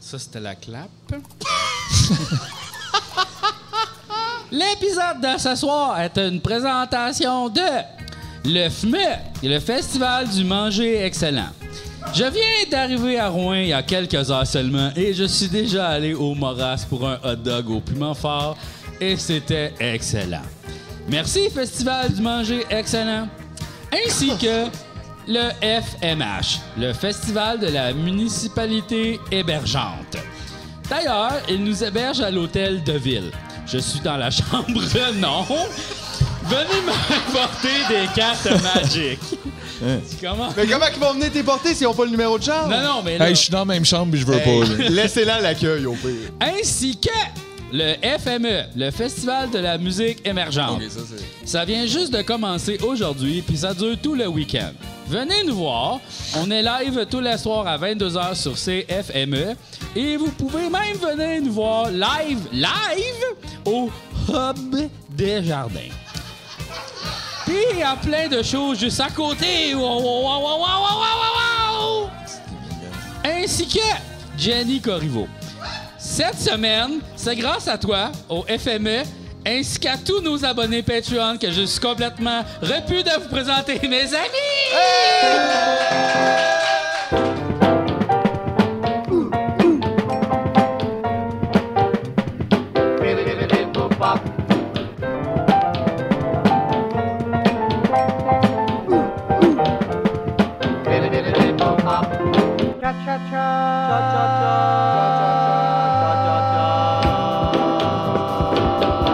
Ça, c'était la clap. L'épisode de ce soir est une présentation de Le FME, le Festival du Manger Excellent. Je viens d'arriver à Rouen il y a quelques heures seulement et je suis déjà allé au Moras pour un hot dog au piment fort et c'était excellent. Merci Festival du Manger Excellent, ainsi que le FMH, le Festival de la Municipalité Hébergeante. D'ailleurs, il nous héberge à l'hôtel de ville. Je suis dans la chambre non. Venez m'apporter des cartes magiques. Hein. Comment? Mais comment ils vont venir t'éporter s'ils n'ont pas le numéro de charge? Non, non, mais là... Hey, je suis dans la même chambre, mais je veux pas. là. Laissez-la à l'accueil, au pire. ainsi que le FME, le Festival de la musique émergente. ça vient juste de commencer aujourd'hui, puis ça dure tout le week-end. Venez nous voir. On est live tous les soirs à 22h sur CFME. E. Et vous pouvez même venir nous voir live, live, au Hub des Jardins. Puis il y a plein de choses juste à côté. Wow, wow, wow, wow, wow, wow, wow, wow. Ainsi que Jenny Corriveau. Cette semaine, c'est grâce à toi, au FME, ainsi qu'à tous nos abonnés Patreon que je suis complètement repu de vous présenter mes amis!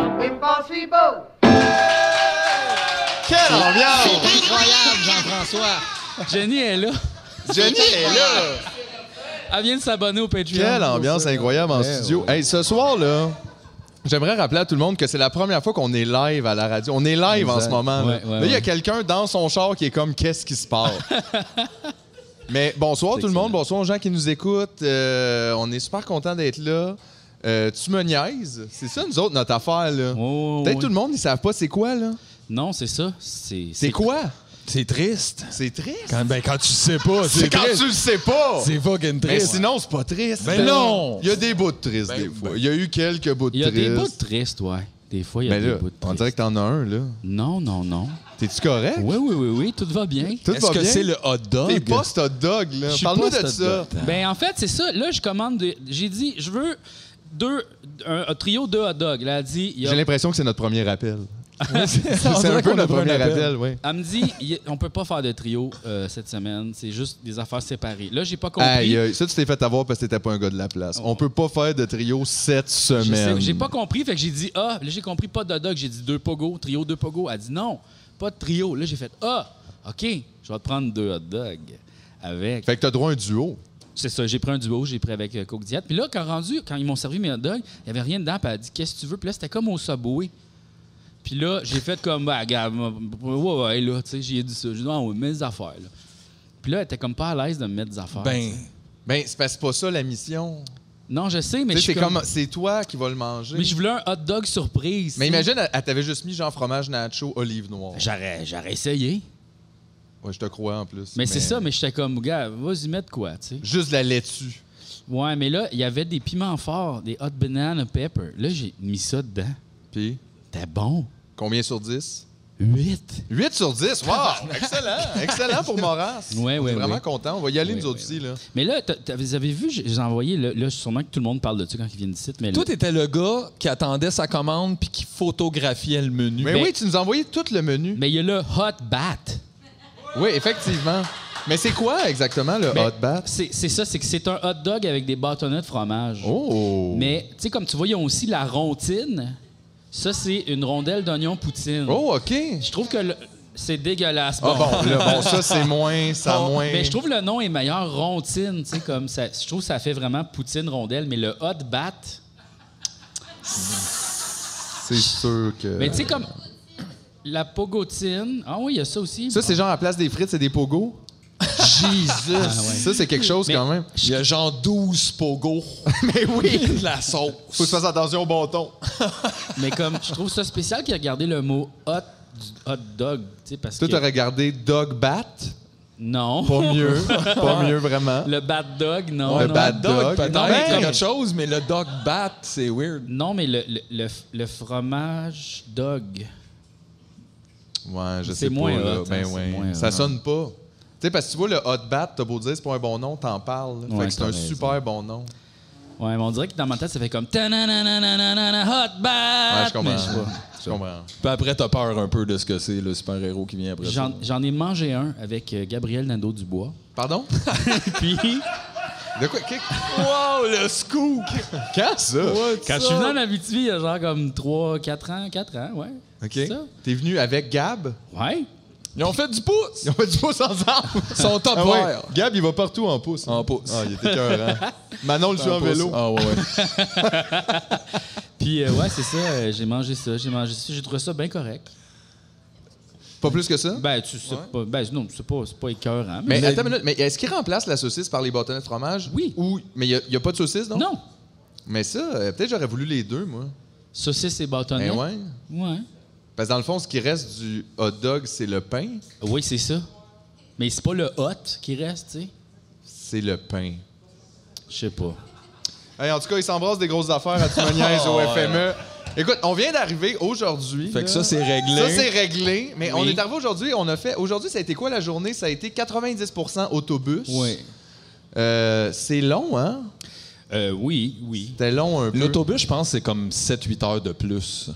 Impossible! Quelle ambiance! Incroyable, Jean-François. Jenny est là. Jenny est là! Elle vient de s'abonner au Patreon. Quelle ambiance incroyable en studio. Hey, ce soir, là, j'aimerais rappeler à tout le monde que c'est la première fois qu'on est live à la radio. On est live en ce moment. là. Ouais, ouais, là, il y a ouais. quelqu'un dans son char qui est comme Qu'est-ce qui se passe? Mais bonsoir tout le monde, bonsoir aux gens qui nous écoutent. Euh, on est super contents d'être là. Euh, tu me niaises? C'est ça, nous autres, notre affaire, là. Oh, Peut-être ouais. tout le monde, ils savent pas c'est quoi, là. Non, c'est ça. C'est C'est quoi? C'est triste. C'est triste. Quand, ben, quand tu sais pas, c'est C'est quand triste. tu le sais pas! C'est fucking Mais triste. sinon, c'est pas triste. Ben non! Il y a des bouts de tristes, Ben, des fois. Il y a eu quelques bouts de Il y a tristes. des bouts tristes, ouais. Des fois, il y a Mais des Ben là, bouts de on tristes. dirait que t'en as un, là. Non, non, non. T'es-tu correct? Oui, oui, oui, oui, tout va bien. Tout Est-ce va que bien? c'est le hot dog? T'es pas ce dog, là. Je suis pas Parle-nous de cette ça. date. Ben en fait, c'est ça. Là, je commande des- j'ai dit je veux deux un, un trio de hot dogs. Là, elle dit il y a- J'ai l'impression que c'est notre premier appel. On C'est un dirait peu qu'on a notre pris un premier appel. appel, oui. elle me dit il y a- on peut pas faire de trio euh, cette semaine, c'est juste des affaires séparées. Là, j'ai pas compris. Aïe, aïe, ça, tu t'es fait avoir parce que t'étais pas un gars de la place. On peut pas faire de trio cette Je sais- semaine. J'ai pas compris, fait que j'ai dit ah, là j'ai compris pas de hot dog, j'ai dit deux pogo, trio deux pogo. Elle dit non, pas de trio. Là, j'ai fait ah, OK, je vais te prendre deux hot dogs avec Fait que t'as droit à un duo. C'est ça, j'ai pris un duo, j'ai pris avec euh, Coke Diet. Puis là, quand rendu, quand ils m'ont servi mes hot dogs, il n'y avait rien dedans. Puis elle a dit, qu'est-ce que tu veux? Puis là, c'était comme au Subway. Puis là, j'ai fait comme, bah, regarde, moi, ouais, ouais, là, tu sais, j'ai dit ça. J'ai dit, ah, ouais, mets des affaires, là. Puis là, elle était comme pas à l'aise de me mettre des affaires. Ben, Ben, c'est parce que c'est pas ça la mission. Non, je sais, mais Tu je sais, suis C'est comme... comme- c'est toi qui vas le manger. Mais je voulais un hot dog surprise. Mais tu sais. imagine, elle elle t'avait juste mis genre fromage nacho, olive noire. J'aurais, j'aurais essayé. Ouais, je te crois en plus. Mais, c'est ça, mais j'étais comme, gars, vas-y mettre quoi, tu sais. Juste de la laitue. Ouais, mais là, il y avait des piments forts, des hot banana pepper. Là, j'ai mis ça dedans. Puis, C'était bon. combien sur 10? 8. 8 sur 10, wow! Excellent! Excellent pour Moras. Ouais, ouais, On est vraiment ouais. content. On va y aller, Ouais, nous autres ouais, aussi. Là. Mais là, t'as- t'as- vous avez vu, j'ai j'ai envoyé, là, là, sûrement que tout le monde parle de ça quand ils viennent d'ici, mais là- toi, t'étais le gars qui attendait sa commande puis qui photographiait le menu. Mais Ben- oui, tu nous as envoyé tout le menu. mais il y a le hot bat. Oui, effectivement. Mais c'est quoi exactement le Ben, hot bat? C'est c'est ça, c'est que c'est un hot dog avec des bâtonnets de fromage. Oh! Mais, tu sais, comme tu vois, ils ont aussi la rontine. Ça, c'est une rondelle d'oignon poutine. Oh, OK. Je trouve que le- c'est dégueulasse. Ah Bon. bon, là, bon, ça, c'est moins, ça Bon, moins. Mais je trouve le nom est meilleur, rontine, tu sais, comme ça. Je trouve que ça fait vraiment poutine, rondelle, mais le hot bat. C'est sûr que... Mais tu sais, comme la pogotine. Ah oui, il y a ça aussi. ça, c'est genre à la place des frites, c'est des pogos? Jesus! Ah, Ça, c'est quelque chose quand même. Il y a genre 12 pogos. Mais oui! De la sauce. Faut que tu fasses attention au bon ton. Mais comme je trouve ça spécial qu'il a gardé le mot hot du hot dog, tu sais parce Toi, que t'as regardé Dog Bat, Non. Pas mieux. pas mieux, vraiment. Le Bad Dog, non. Le non. Bad Dog, peut-être, Non, mais c'est comme- quelque chose, mais le dog bat, c'est weird. Non, mais le, le, le, le fromage dog. Ouais, je C'est sais moins pas. hot, là. hein, Ben c'est ouais. moins ça hot. sonne pas. Tu sais, parce que tu vois, le hot bat, t'as beau dire, c'est pas un bon nom, t'en parles. là. Ouais, fait que c'est t'as un raison. super bon nom. Ouais, mais on dirait que dans ma tête, ça fait comme. ta-na-na-na-na-na-na, Hot bat! Ouais, je comprends. Mais sais pas. Je comprends. Puis après, t'as peur un peu de ce que c'est, le super-héros qui vient après J'en- ça. J'en ai mangé un avec euh, Gabriel Nadeau-Dubois. Pardon? Puis, De quoi? Qu'est- Wow, le scoop! Quand ça? quand je suis venu en Abitibi, il y a genre comme 3, 4 ans, 4 ans, ouais. OK. C'est ça. T'es venu avec Gab? Ouais. Ils ont fait du pouce! Ils ont fait du pouce ensemble. Son top Ah ouais. vert. Gab, il va partout en pouce. En pouce. Ah, il était cœur, Manon le suit en pouce. vélo. Ah ouais, ouais. Puis, euh, ouais, c'est ça. euh, j'ai mangé ça, j'ai mangé ça. J'ai trouvé ça bien correct. Pas plus que ça? Ben, tu sais pas. Ben, non, c'est pas, c'est pas écœurant. Mais, Mais, attends une minute, mais est-ce qu'il remplace la saucisse par les bâtonnets de fromage? Oui. Ou, mais il n'y a, pas de saucisse, non? non. Mais ça, euh, peut-être j'aurais voulu les deux, moi. Saucisse et bâtonnet. Ben ouais. Ouais. Parce que dans le fond, ce qui reste du hot dog, c'est le pain. Oui, c'est ça. Mais c'est pas le hot qui reste, tu sais. C'est le pain. Je sais pas. Hey, en tout cas, ils s'embrassent des grosses affaires à Tumoniaise au FME. Écoute, on vient d'arriver aujourd'hui. Oh, Fait que ça, là. c'est réglé. Ça, c'est réglé. Mais on Oui. est arrivé aujourd'hui, on a fait... Aujourd'hui, ça a été quoi la journée? Ça a été 90 autobus. Ouais. Euh, c'est long, hein? Euh, oui, oui. C'était long un peu. L'autobus, je pense, c'est comme 7-8 heures de plus.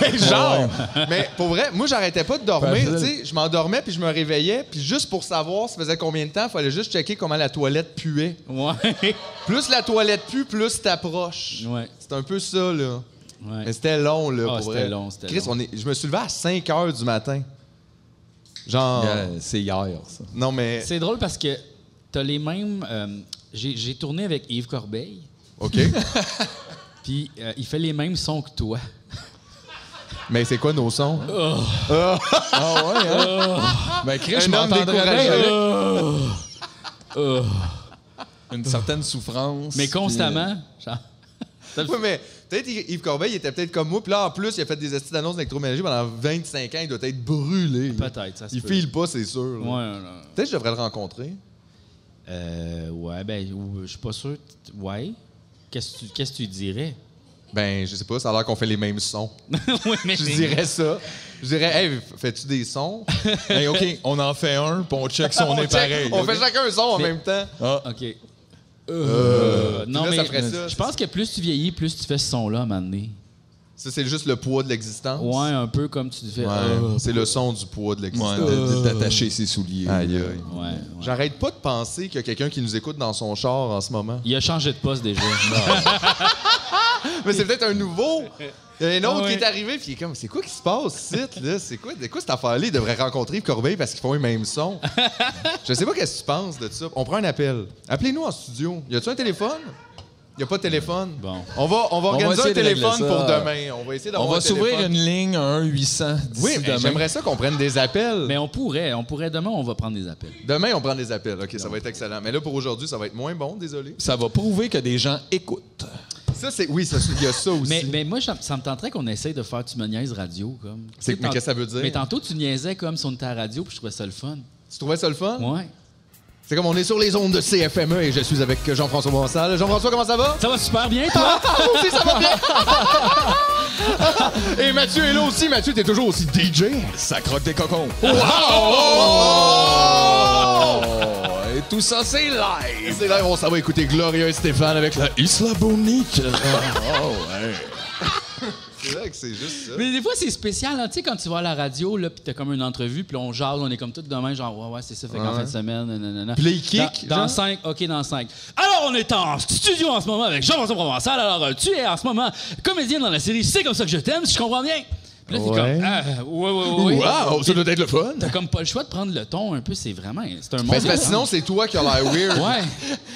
Ouais, genre. Mais pour vrai, moi, j'arrêtais pas de dormir. Facile. Tu sais, je m'endormais puis je me réveillais. Puis juste pour savoir, ça faisait combien de temps, il fallait juste checker comment la toilette puait. Ouais. Plus la toilette pue, plus t'approches. ouais. C'est un peu ça, là. Ouais. Mais c'était long, là, Ah, pour c'était vrai. long, c'était Chris, long. on est- je me suis levé à 5 heures du matin. Genre. Euh, c'est hier, ça. Non, mais. C'est drôle parce que t'as les mêmes. euh, j'ai j'ai tourné avec Yves Corbeil, OK. puis euh, il fait les mêmes sons que toi. mais c'est quoi nos sons? Oh. Ah ouais, hein? Ben, Chris, je Un homme m'entendrais bien découragé. avec Oh! Oh! une certaine souffrance. Mais puis, euh, constamment. genre, Oui, mais peut-être Yves Corbeil, il était peut-être comme moi. Puis là, en plus, il a fait des estis d'annonces d'électroménager pendant 25 ans. Il doit être brûlé. là. Peut-être, ça se Mm. Il peut. file pas, c'est sûr. Ouais, là. ouais, ouais. Peut-être que je devrais le rencontrer. Euh, ouais, ben, ou- je suis pas sûr. t- Ouais. Qu'est-ce que tu- qu'est-ce que tu dirais? Ben, je sais pas, ça a l'air qu'on fait les mêmes sons. oui, mais Je dirais ça. Je dirais, hey, f- fais-tu des sons? Ben, hey, OK, euh, on en fait un, puis on check si on, est check- pareil. On OK? fait chacun un son en même temps. Ah, OK. Euh, Puis non, là, mais Euh, ça ferait ça. je pense que plus tu vieillis, plus tu fais ce son-là à un moment donné. Ça, c'est juste le poids de l'existence. Ouais, un peu comme tu fais. Ouais, euh, c'est le son du poids de ouais, Euh. l'existence. de- de- d'attacher ses souliers. Aïe, aïe. ouais, ouais. J'arrête pas de penser qu'il y a quelqu'un qui nous écoute dans son char en ce moment. Il a changé de poste déjà. Mais c'est peut-être un nouveau. Il y en a un autre Ah ouais. qui est arrivé, puis il est comme, c'est quoi qui se passe ici, là? C'est quoi, de quoi cette affaire-là? Ils devraient rencontrer Yves Corbeil parce qu'ils font les mêmes sons. Je sais pas qu'est-ce que tu penses de ça. On prend un appel. Appelez-nous en studio. Y a-tu un téléphone? Y a pas de téléphone? Bon. On va, on va organiser essayer un de régler téléphone ça. pour demain. On va essayer On d'avoir va un s'ouvrir téléphone. une ligne à 1-800 d'ici Oui, mais demain. j'aimerais ça qu'on prenne des appels. mais on pourrait, on pourrait demain, on va prendre des appels. Demain, on prend des appels. OK, ça va être excellent. Mais là, pour aujourd'hui, ça va être moins bon, désolé. Ça va prouver que des gens écoutent. Ça, c'est... Oui, ça, il y a ça aussi. Mais, mais moi, ça, ça me tenterait qu'on essaye de faire Tu me niaises radio. Comme. C'est- Tu sais, mais tant- qu'est-ce que ça veut dire? Mais tantôt, tu niaisais comme si on était à la radio, puis je trouvais ça le fun. Tu trouvais ça le fun? Ouais. C'est comme on est sur les ondes de CFME E et je suis avec Jean-François Bonsal. Jean-François, comment ça va? Ça va super bien, toi? Ah, moi aussi, ça va bien! et Mathieu est là aussi. Mathieu, t'es toujours aussi DJ. Ça croque des cocons. Oh! Wow! Et tout ça, c'est live. C'est là, on s'en va écouter Gloria et Stéphane avec la... Isla Bonita. C'est vrai que c'est juste ça. Mais des fois, c'est spécial, hein. tu sais, quand tu vas à la radio, là, puis t'as comme une entrevue, puis on jase, on est comme tout demain, genre, ouais, ouais, c'est ça, fait qu'en fin de semaine, nanana. Puis là, ils kick, Dans, genre? 5, ok, dans 5. Alors, on est en studio en ce moment avec Jean-François Provençal. Alors, euh, tu es en ce moment comédien dans la série C'est comme ça que je t'aime, si je comprends bien. Puis là, t'es Ouais. comme, ah, ouais, ouais, ouais. ouais. Wow, ça doit être le fun. T'as comme pas le choix de prendre le ton un peu, c'est vraiment, c'est un Mais monde. Ben, c'est parce que sinon, c'est toi qui as l'air weird. Ouais.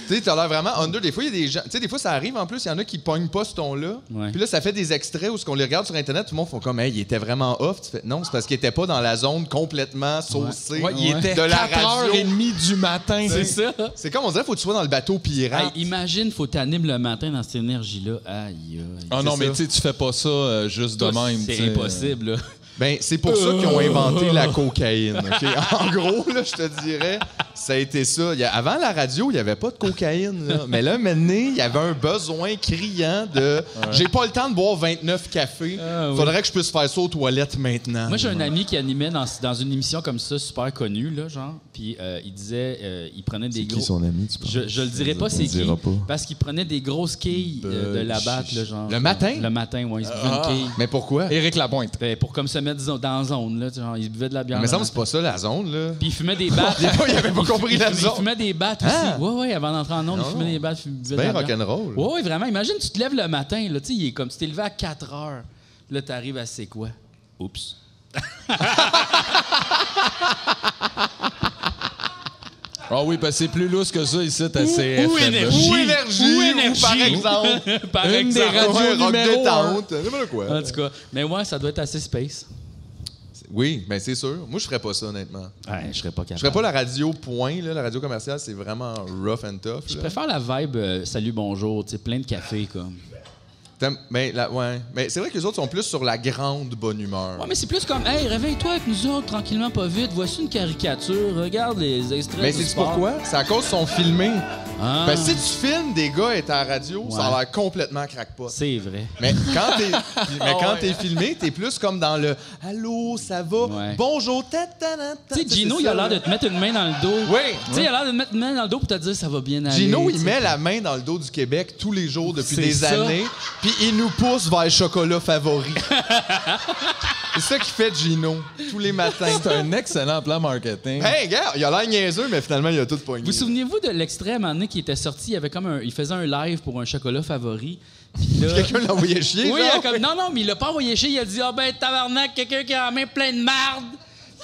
Tu sais, t'as l'air vraiment under. Des fois, il y a des gens. Tu sais, des fois, ça arrive en plus. Il y en a qui pognent pas ce ton-là. Ouais. Puis là, ça fait des extraits où ce qu'on les regarde sur Internet, tout le monde font comme, hey, il était vraiment off. Tu fais, non, c'est parce qu'il était pas dans la zone complètement saucée Ouais, il Ouais. était de la radio. 4h30 du matin. C'est ça. C'est Ah. comme on dirait, faut que tu sois dans le bateau Hey, pirate. imagine, faut t'animer le matin dans cette énergie-là. Aïe, aïe. Ah non, C'est mais ça. tu sais, tu fais pas ça euh, juste de Toi, même. tu C'est sais. impossible, là. Ben, c'est pour ça qu'ils ont inventé la cocaïne. ok? En gros, là, je te dirais, ça a été ça. Il y a- avant la radio, il n'y avait pas de cocaïne. là. Mais là, maintenant, il y avait un besoin criant de j'ai pas le temps de boire 29 cafés. Ah, oui. Faudrait que je puisse faire ça aux toilettes maintenant. Moi, j'ai un ami qui animait dans, dans une émission comme ça, super connue, là, genre. Puis euh, il disait, euh, il prenait des gros. ami, tu penses? je, je le dirai pas, On c'est qui. dira pas. Parce qu'il prenait des grosses quilles euh, de la batte, là, genre. Le matin? Ah. Le matin, ouais. Il se buvait une quille. Mais pourquoi? Éric Lapointe. Ben, pour comme se mettre disons, dans la zone, là. tu sais, Genre, il buvait de la bière. Mais le ça, matin. c'est pas ça la zone, là. Puis il fumait des battes. Des fois, il avait pas f- compris il la fumait- zone. Il fumait des battes aussi. Ah! Ouais, ouais, avant d'entrer en onde, il fumait des battes. il buvait de Ben la bière. rock'n'roll. Ouais, ouais, vraiment. Imagine, tu te lèves le matin, là, tu sais, il est comme, tu t'es levé à 4 heures. Puis Là, t'arrives à c'est quoi? Oups. Ah oui, parce que c'est plus lousse que ça ici, à CF. Ou énergie. Ou- Ou énergie. ou ou énergie. par exemple. Par Une des exemple. radios Ouais, rock numéro détente. N'importe quoi. En tout cas, mais ouais, ça doit être assez space. Oui, ben c'est sûr. Moi, je ferais pas ça, honnêtement. Ouais, je serais pas capable. Je ferais pas la radio point, là. La radio commerciale, c'est vraiment rough and tough. Je là. préfère la vibe euh, salut, bonjour, tu sais, plein de café, comme. T'aimes- Ben, la- ouais. Mais c'est vrai que les autres sont plus sur la grande bonne humeur. Ouais, mais c'est plus comme, hey, réveille-toi avec nous autres, tranquillement, pas vite, voici une caricature, regarde les extraits. Mais du c'est sport. Ben, pourquoi? C'est à cause qu'ils sont filmés. Ah, Parce que si tu filmes des gars étant à la radio, ça Ouais. a l'air complètement crackpot. c'est vrai. Mais quand t'es mais quand t'es filmé, t'es plus comme dans le Allô, ça va? Ouais. Bonjour, ta ta ta, ta. Tu sais, Ça, Gino, c'est il a ça, l'air là. de te mettre une main dans le dos. Oui. Tu sais, il a l'air de te mettre une main dans le dos pour te dire ça va bien aller. Gino, tu il sais. met la main dans le dos du Québec tous les jours depuis C'est des ça. années, puis il nous pousse vers le chocolat favori. c'est ça qu'il fait Gino, tous les matins. C'est un excellent plan marketing. hey, gars, il a l'air niaiseux, mais finalement, il a tout poigné. Vous vous souvenez-vous de l'extrait à un moment donné qui était sorti? Il, avait comme un- il faisait un live pour un chocolat favori. Puis là- Quelqu'un l'a envoyé chier, Oui, genre? il a comme, non, non, mais il l'a pas envoyé chez. Il a dit, ah ben, tabarnak, quelqu'un qui a la main pleine de marde.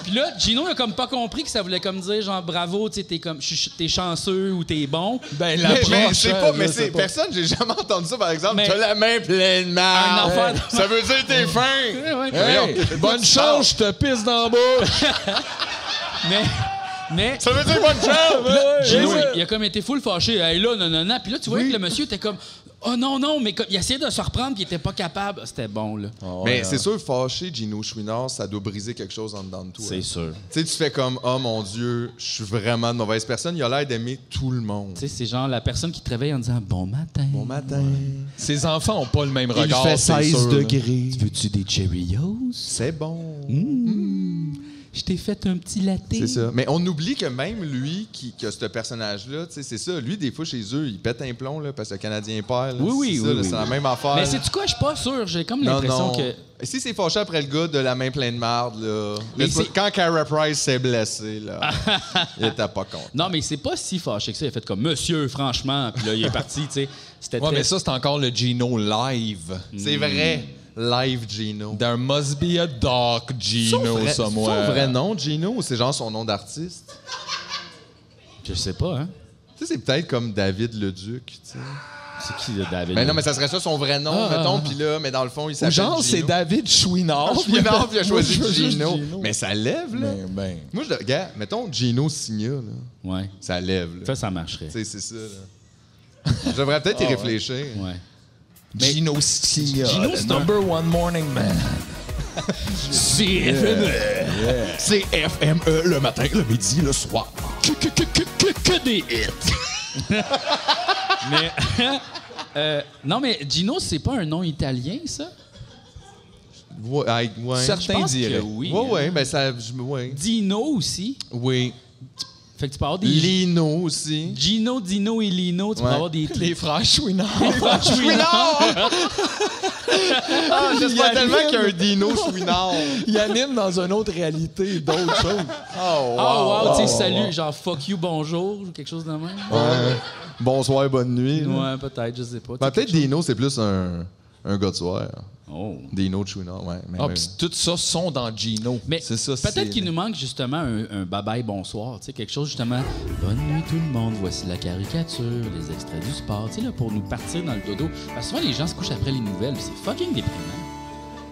Puis là, Gino, il a comme pas compris que ça voulait comme dire, genre, bravo, tu sais, t'es comme, ch- t'es chanceux ou t'es bon. Ben, la Mais, mais prochaine, c'est pas, mais je sais c'est pas. personne, j'ai jamais entendu ça, par exemple. Mais- T'as la main pleine de Un marde. enfant de- Ça veut dire t'es fin. Ouais, ouais. Hey, bonne chance, je te pisse dans la bouche. Mais, mais, Ça veut dire bonne chance. Gino, ouais. il- il a comme été full fâché. Hey, là, non, non, non. Puis là, tu vois que le monsieur était comme, oh non, non, mais comme, il essayait de se reprendre, puis il était pas capable. C'était bon, là. mais c'est sûr, fâché Gino Chouinard, ça doit briser quelque chose en dedans de toi. Tu sûr. sais, tu fais comme, oh mon Dieu, je suis vraiment de mauvaise personne. Il a l'air d'aimer tout le monde. Tu sais, c'est genre la personne qui te réveille en disant bon matin. Bon matin. Ces enfants ont pas le même regard. c'est sûr, là. degrés. Veux-tu des Cheerios? Hmm. C'est bon. Je t'ai fait un petit latte. Hmm. C'est ça. Mais on oublie que même lui, qui, qui a ce personnage-là, tu sais, c'est ça. Lui, des fois, chez eux, il pète un plomb là, parce que le Canadien perd. là. Oui, oui, C'est ça, oui, là, oui. C'est la même affaire. Mais là. c'est du quoi, je suis pas sûr. J'ai comme Non, l'impression non. que. Et Si c'est fâché après le gars de la main pleine de marde, là. Mais Laisse- c'est- Quand Cara Price s'est blessé, là, il était pas con. Non, mais c'est pas si fâché que ça. Il a fait comme Monsieur, franchement. Puis là, il est parti, tu sais. C'était Ouais, très- mais ça, c'est encore le Gino live. Hmm. C'est vrai. Live Gino. There must be a dark Gino vrai, somewhere. son vrai nom, Gino, ou c'est genre son nom d'artiste? Je sais pas, hein. Tu sais, c'est peut-être comme David Leduc, tu sais. C'est qui, le David? Mais Ben non, mais ça serait ça son vrai nom, Ah, mettons, ah, puis là, mais dans le fond, il Ou s'appelle genre, c'est Gino. David Chouinard. Chouinard, puis il a choisi Moi, je veux juste Gino. Gino. Mais ça lève, là. Ben, ben. Moi, je... Regarde, mettons Gino Signa, là. Ouais. Ça lève, là. Ça, ça marcherait. Tu sais, c'est ça, là. Je devrais peut-être y réfléchir. Ouais. Gino Signa. Gino, the c'est un- number one morning man. CFME. C'est FME le matin, le midi, le soir. Que, que, que, que, que, que des hits. mais. euh, non, mais Gino, c'est pas un nom italien, ça? Ouais, aïe, ouais. Je Certains pense que diraient. oui. Ouais, ouais, ben ça. je- Ouais. Dino aussi. Oui. Fait que tu peux avoir des. Lino aussi. Gino, Dino et Lino, tu peux Ouais. avoir des. Les frères Chouinard. Chouinard! ah, j'espère tellement qu'il y a un dino Chouinard. Ils animent dans une autre réalité d'autres choses. Oh, Oh, wow, wow. tu sais, salut, genre fuck you, bonjour, ou quelque chose de même. Ouais. Bonsoir, bonne nuit. là. Ouais, peut-être, je sais pas. Ben, tu sais, peut-être Dino, c'est plus un, un gars de soir. Oh. Dino Chouinard, ouais. mais Ah, ouais. pis tout ça sont dans Gino. Mais c'est ça. c'est- peut-être qu'il nous manque justement un, un bye-bye bonsoir, tu sais, quelque chose justement. Bonne nuit tout le monde, voici la caricature, les extraits du sport, tu sais, là, pour nous partir dans le dodo. Parce que souvent, les gens se couchent après les nouvelles, puis c'est fucking déprimant.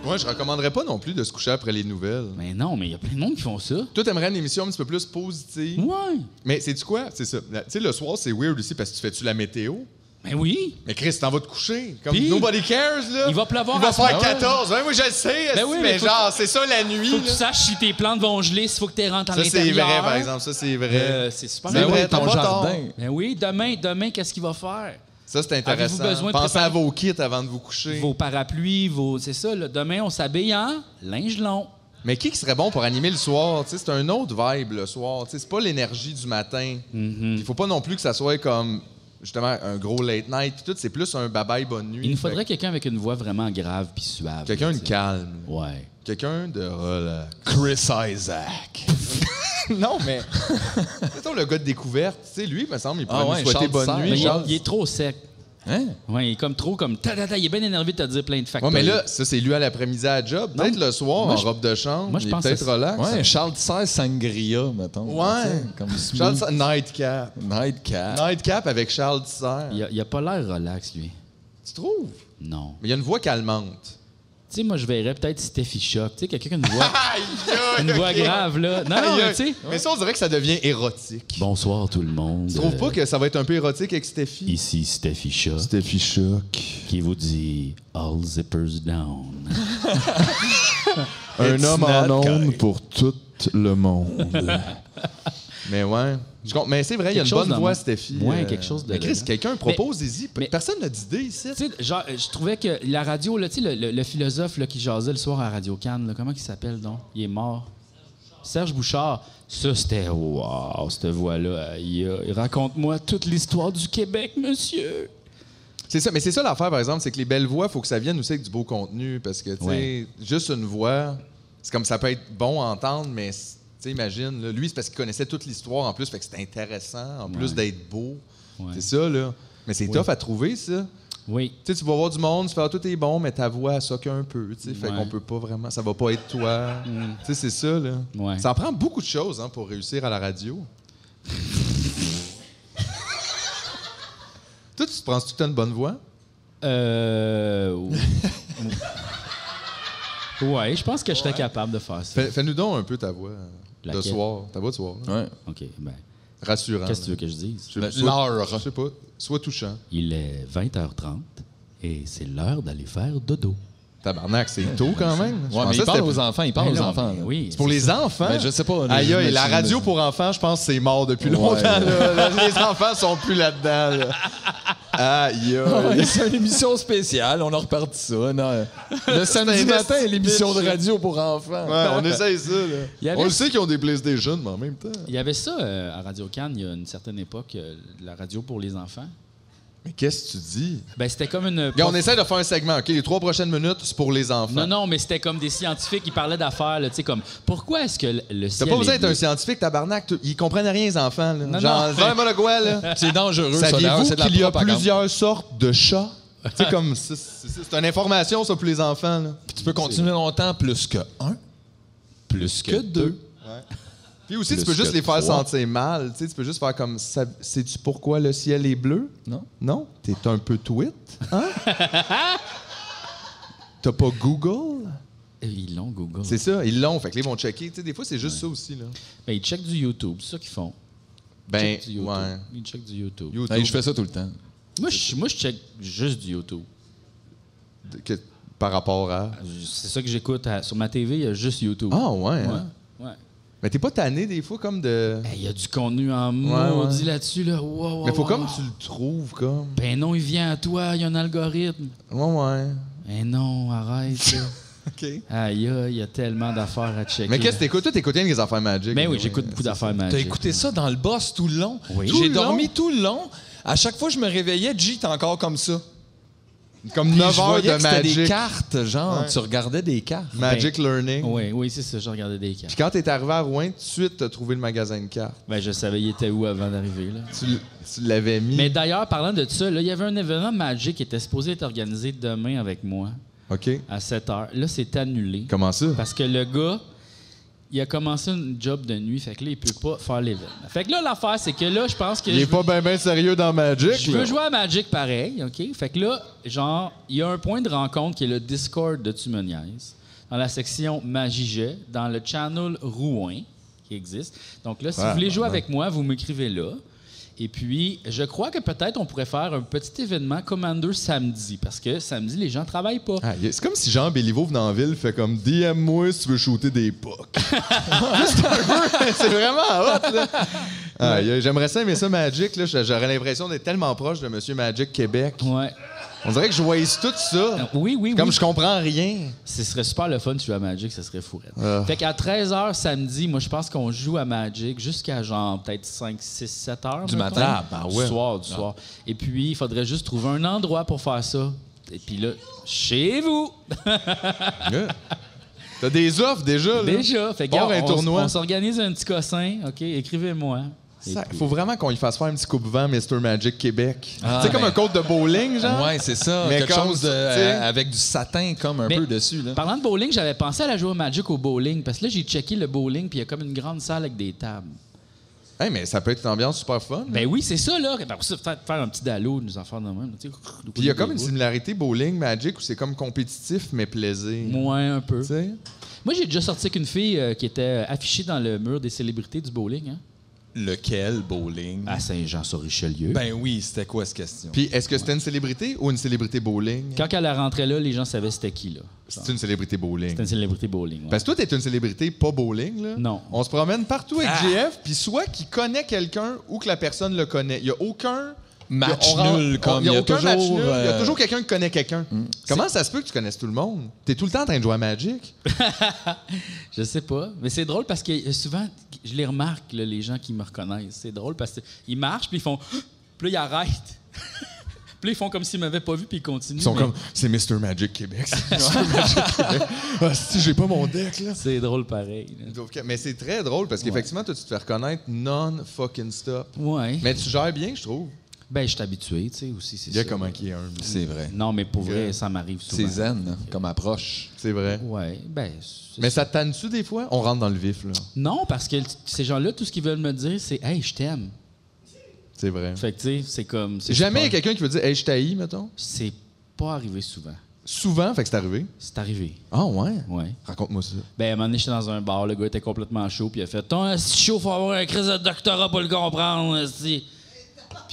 Moi, je recommanderais pas non plus de se coucher après les nouvelles. Mais non, mais il y a plein de monde qui font ça. Toi, t'aimerais une émission un petit peu plus positive. Ouais. Mais c'est du quoi? C'est ça. La- Tu sais, le soir, c'est weird aussi parce que tu fais-tu la météo? Mais Ben oui. Mais Chris, t'en vas te coucher. Comme Puis, nobody cares, là. il va pleuvoir Il va à ce faire moment. 14. Ouais, moi, je le sais. esti, oui, mais, mais faut genre, c'est ça la nuit. Faut que tu là. saches si tes plantes vont geler, s'il faut que tu rentres à Ça, c'est l'intérieur. vrai, par exemple. Ça, c'est vrai. Euh, c'est super. C'est Mais Ben oui. vrai, oui, t'as ton pas tort. jardin. Mais oui, demain, demain, qu'est-ce qu'il va faire? ça, c'est Avez-vous intéressant. besoin de Pensez préparer- à vos kits avant de vous coucher. Vos parapluies, vos. C'est ça, là. Demain, on s'habille en linge long. Mais qui qui serait bon pour animer le soir? Tu sais, c'est un autre vibe le soir. Tu sais, C'est pas l'énergie du matin. Il faut pas non plus que ça soit comme justement un gros late night. puis tout, c'est plus un bye-bye bonne nuit. Il nous Fait faudrait quelqu'un avec une voix vraiment grave puis suave. que quelqu'un de tu sais. calme. Ouais. Quelqu'un de relax. Chris Isaac. non, mais. Mettons le gars de découverte. Tu sais, lui, il me semble, il pourrait Ah nous ouais, souhaiter Charles bonne Sartre. Mais nuit. Ben, il, Charles. il est trop sec. Hein? Ouais, il est comme trop comme. ta, ta, ta, il est bien énervé de te dire plein de facteurs. Ouais, mais là, ça, c'est lui à l'après-midi à la job. Peut-être le soir, Moi, en je- robe de chambre. moi, je il est pense peut-être que ça- relax. Ouais, Charles XVI Sangria, mettons. Ouais. Tu sais, Comme smooth. Charles Sartre, Nightcap. Nightcap. Nightcap avec Charles Serre. Il a, il a pas l'air relax, lui. Tu trouves? Non. Mais il y a une voix calmante. Tu sais, moi, je verrais peut-être Steffi Shock. Tu sais, quelqu'un qui a une voix, Aïe, une voix grave, là. Ah, Non, non, mais tu sais. Mais ça, on dirait que ça devient érotique. Bonsoir, tout le monde. Euh, Tu trouves pas que ça va être un peu érotique avec Steffi? Ici Steffi Shock Steffi choc. qui vous dit All zippers down. Un homme en onde pour tout le monde. Mais ouais. Je comprends- Mais c'est vrai, il y a Quelque une chose bonne de- voix, Steffi. Ouais, quelque chose de- Mais Chris, quelqu'un propose-y. mais- Personne n'a d'idée ici. Tu sais, genre, euh, je trouvais que la radio, là, tu sais, le, le- le philosophe là, qui jasait le soir à Radio Cannes, là, comment il s'appelle donc Il est mort. Serge Bouchard. Ça, c'était wow, cette voix-là. aïe, aïe. Raconte-moi toute l'histoire du Québec, monsieur. C'est ça, mais c'est ça l'affaire, par exemple, c'est que les belles voix, faut que ça vienne aussi avec du beau contenu. Parce que, tu sais, Ouais. juste une voix, c'est comme ça peut être bon à entendre, mais c'est- tu sais, imagine, là, lui, c'est parce qu'il connaissait toute l'histoire en plus, fait que c'est intéressant, en plus d'être beau. Ouais. C'est ça, là. Mais c'est tough à trouver, ça. Oui. Tu sais, tu vas voir du monde, tu fais Ah, tout est bon, mais ta voix, elle soque un peu. Tu sais, fait Ouais. Mm. qu'on peut pas vraiment, ça va pas être toi. Tu sais, c'est ça, là. Ouais. Ça en prend beaucoup de choses hein, pour réussir à la radio. Toi, tu te prends tout le temps une bonne voix? Euh. ouais, je pense que j'étais capable de faire ça. Fais- Fais-nous donc un peu ta voix euh, de Laquelle? soir. Ta voix de soir. là. Ouais. OK, ben, Rassurant. qu'est-ce que tu veux que je dise là. tu veux? Sois- L'heure. Je sais pas. Sois touchant. Il est 20h30 et c'est l'heure d'aller faire dodo. Tabarnak, c'est tôt quand même. Je Ouais, mais pensais il que parle c'était- aux enfants, il parle Mais aux non, enfants. mais là. Ben Oui. C'est pour les enfants? Ben, je sais pas, là, Aïe, je aïe, me la suis- radio pour enfants, je pense que c'est mort depuis Ouais. longtemps. là. Là, les enfants sont plus là-dedans. là. Aïe, aïe. Ouais, c'est une émission spéciale, on a reparti ça. non. Le samedi matin, l'émission de radio pour enfants. Ouais, on essaye ça. là. Il y avait- On le sait qu'ils ont des PlayStation, mais en même temps. Il y avait ça euh, à Radio Cannes il y a une certaine époque, euh, la radio pour les enfants. Mais qu'est-ce que tu dis? Ben, c'était comme une. Regarde, on essaie de faire un segment, OK? Les trois prochaines minutes, c'est pour les enfants. Non, non, mais c'était comme des scientifiques qui parlaient d'affaires, là, tu sais, comme pourquoi est-ce que le- le T'as ciel. pas besoin est d'être un bleu? scientifique, tabarnak. tu- Ils comprennent rien, les enfants. Là. Non, Genre, non. Jean Monogouel, là. C'est dangereux, ça. d'ailleurs, Saviez-vous c'est de la qu'il y a propagande. plusieurs sortes de chats? C'est comme c'est- c'est c'est une information ça pour les enfants. Là. Tu peux continuer longtemps plus que un, plus que deux. Puis aussi Plus tu peux juste que les faire trois. sentir mal, tu sais, tu peux juste faire comme Sa- sais-tu pourquoi le ciel est bleu Non. Non, t'es un peu tweet, hein T'as pas Google Euh, Ils l'ont, Google. C'est ça, ils l'ont, fait que les vont checker, tu sais des fois c'est juste ça aussi là. Ben, ils checkent du YouTube, c'est ça qu'ils font. Ben Ils checkent du YouTube. ouais. Ils checkent du YouTube. YouTube Hey, je fais ça tout le temps. Moi, je, moi, je check juste du YouTube. que- par rapport à C'est ça que j'écoute à- sur ma TV, il y a juste YouTube. Ah ouais. ouais. hein? ouais. Mais t'es pas tanné des fois comme de Hey, Il y a du contenu en maudit là-dessus, là. Wow, wow, Mais faut wow, comme wow. tu le trouves comme Ben non, il vient à toi, il y a un algorithme. Ouais ouais. Ben non, arrête. là. OK. Aïe, aïe, il y a tellement d'affaires à checker. Mais qu'est-ce que t'écoutes? Toi, t'écoutes rien que les affaires magiques. Ben oui, j'écoute beaucoup d'affaires T'as magiques. écouté ça dans le boss tout le long. Oui. Tout J'ai le dormi tout le long. À chaque fois que je me réveillais, G, t'es encore comme ça. Comme Puis 9 je heures voyais de que c'était des Ben, Magic. cartes, genre. Tu regardais des cartes. Magic Learning. Oui, oui, c'est ça, je regardais des cartes. Puis quand t'es arrivé à Rouen, tout de suite, t'as trouvé le magasin de cartes. Ben je savais il était où avant d'arriver, là. Tu, l- tu l'avais mis. Mais d'ailleurs, parlant de ça, là, il y avait un événement magique qui était supposé être organisé demain avec moi OK. à 7 h. Là, c'est annulé. Comment ça? Parce que le gars, il a commencé une job de nuit, fait que là, il peut pas faire l'événement. Fait que là, l'affaire, c'est que là, je pense que. Il est je- pas bien ben sérieux dans Magic. Je là. veux jouer à Magic pareil, OK? Fait que là, genre, il y a un point de rencontre qui est le Discord de Tu me niaises, dans la section Magie Jet, dans Ah, le channel Rouen, qui existe. Donc là, si vous voulez jouer avec moi, vous m'écrivez là. Et puis, je crois que peut-être on pourrait faire un petit événement Commander samedi, parce que samedi, les gens travaillent pas. Ah, y a- c'est comme si Jean Béliveau venait en ville, fait comme DM-moi si tu veux shooter des pucks. c'est un peu- c'est vraiment hot, là. Ah, y a- J'aimerais ça aimer ça, Magic. là. J'a- J'aurais l'impression d'être tellement proche de Monsieur Magic Québec. Ouais. Euh, On dirait que je waste tout ça. Oui, oui, Comme oui. je comprends rien. Ce serait super le fun si tu joues à Magic, ce serait fou. raide. Ah. Fait qu'à 13h samedi, moi je pense qu'on joue à Magic jusqu'à genre peut-être 5, 6, 7 heures. Du matin? Ah, ben ouais. Du soir, du soir. Et puis, il faudrait juste trouver un endroit pour faire ça. Et puis là, chez vous! Ah. Yeah. T'as des offres déjà, là. Déjà! Fait que, Part regarde, un on- tournoi. on s'organise un petit cossin, OK? Écrivez-moi. Et Ça- puis- faut vraiment qu'on y fasse faire un petit coupe-vent Mr. Magic Québec. Ah, c'est comme ben- un code de bowling, genre. Ouais, c'est ça. Mais quelque comme chose de- euh, ça, tu sais. avec du satin comme un Mais- peu dessus. Là. Parlant de bowling, j'avais pensé à la jouer au Magic au bowling, parce que là, j'ai checké le bowling, puis il y a comme une grande salle avec des tables. Hey, mais ça peut être une ambiance super fun. là. Ben oui, c'est ça, là. Ben, pour ça, peut-être faire un petit dalo, nous en faire de même. tu sais. Puis il y a comme une similarité bowling Magic où c'est comme compétitif mais plaisir. Ouais, un peu. Tu sais? Moi, j'ai déjà sorti avec une fille euh, qui était affichée dans le mur des célébrités du bowling, hein? Lequel bowling? À Saint-Jean-sur-Richelieu. Ben oui, c'était quoi cette question? Puis est-ce que c'était une célébrité ou une célébrité bowling? Quand elle rentrait là, les gens savaient c'était qui, là. C'est une célébrité bowling. C'était une célébrité bowling. ouais. Parce que toi, t'es une célébrité pas bowling, là. Non. On se promène partout avec Ah. GF, puis soit qu'il connaît quelqu'un ou que la personne le connaît. Il y a aucun... Match y a- on rentre- nul, on- comme y a, il y a aucun match toujours, nul. Il y a euh, toujours quelqu'un qui connaît quelqu'un. Comment ça se peut que tu connaisses tout le monde? T'es tout le temps en train de jouer à Magic? Je sais pas. Mais c'est drôle parce que euh, souvent, je les remarque, là, les gens qui me reconnaissent. C'est drôle parce qu'ils marchent, puis ils font. Puis là, ils arrêtent. puis là, ils font comme s'ils m'avaient pas vu, puis ils continuent. Ils sont mais comme, c'est Mr. Magic Québec. c'est Mr. Magic Québec. Ah, si, j'ai pas mon deck, là. C'est drôle pareil. là. Donc, Mais c'est très drôle parce qu'effectivement, toi, tu te fais reconnaître non-fucking stop. Ouais. Mais tu gères bien, je trouve. Ben, je suis habitué, tu sais, aussi. c'est Il y a ça. comment qui est humble. C'est vrai. Non, mais pour vrai, ça m'arrive souvent. C'est zen hein, comme approche. C'est vrai. Ouais, ben. c'est- Mais ça te tanne-tu des fois? On rentre dans le vif, là. Non, parce que t- ces gens-là, tout ce qu'ils veulent me dire, c'est Hey, je t'aime. C'est vrai. Fait que, tu sais, c'est comme. c'est Jamais il y a pas- quelqu'un qui veut dire Hey, je t'haïs, mettons. C'est pas arrivé souvent. Souvent, fait que c'est arrivé. C'est arrivé. Ah ouais? Ouais. Raconte-moi ça. Ben, à un moment donné, j'étais dans un bar, le gars était complètement chaud, puis il a fait Ton esti chaud, faut avoir un crise de doctorat pour le comprendre, esti.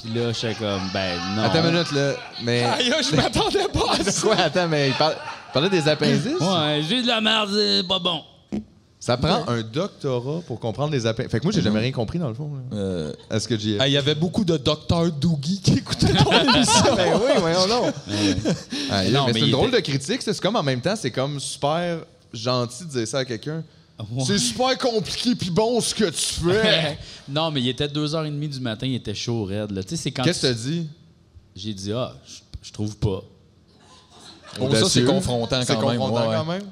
Puis là, j'étais comme Ben, non. Attends une minute, là. Mais. je m'attendais pas à C'est quoi? Attends, mais il parle- il parlait des appendices? Ouais, j'ai de la merde, c'est pas bon. Ça prend un doctorat pour comprendre les appendices. Fait que moi, j'ai jamais rien compris, dans le fond. là. À ce que j'y ai. Euh, Il y avait beaucoup de docteurs Doogie qui écoutaient ton émission. Ben oui, voyons donc. Ah, Non, mais mais c'est il une drôle était- de critique. ça. C'est comme en même temps, c'est comme super gentil de dire ça à quelqu'un. Ouais. C'est super compliqué puis bon ce que tu fais. non, mais il était 2h30 du matin, il était chaud, raide, là. Tu sais, c'est quand. Qu'est-ce tu- que tu dit? J'ai dit Ah, je- je trouve pas. Bon, Oh, ça, c'est confrontant quand C'est même. confrontant ouais, quand même.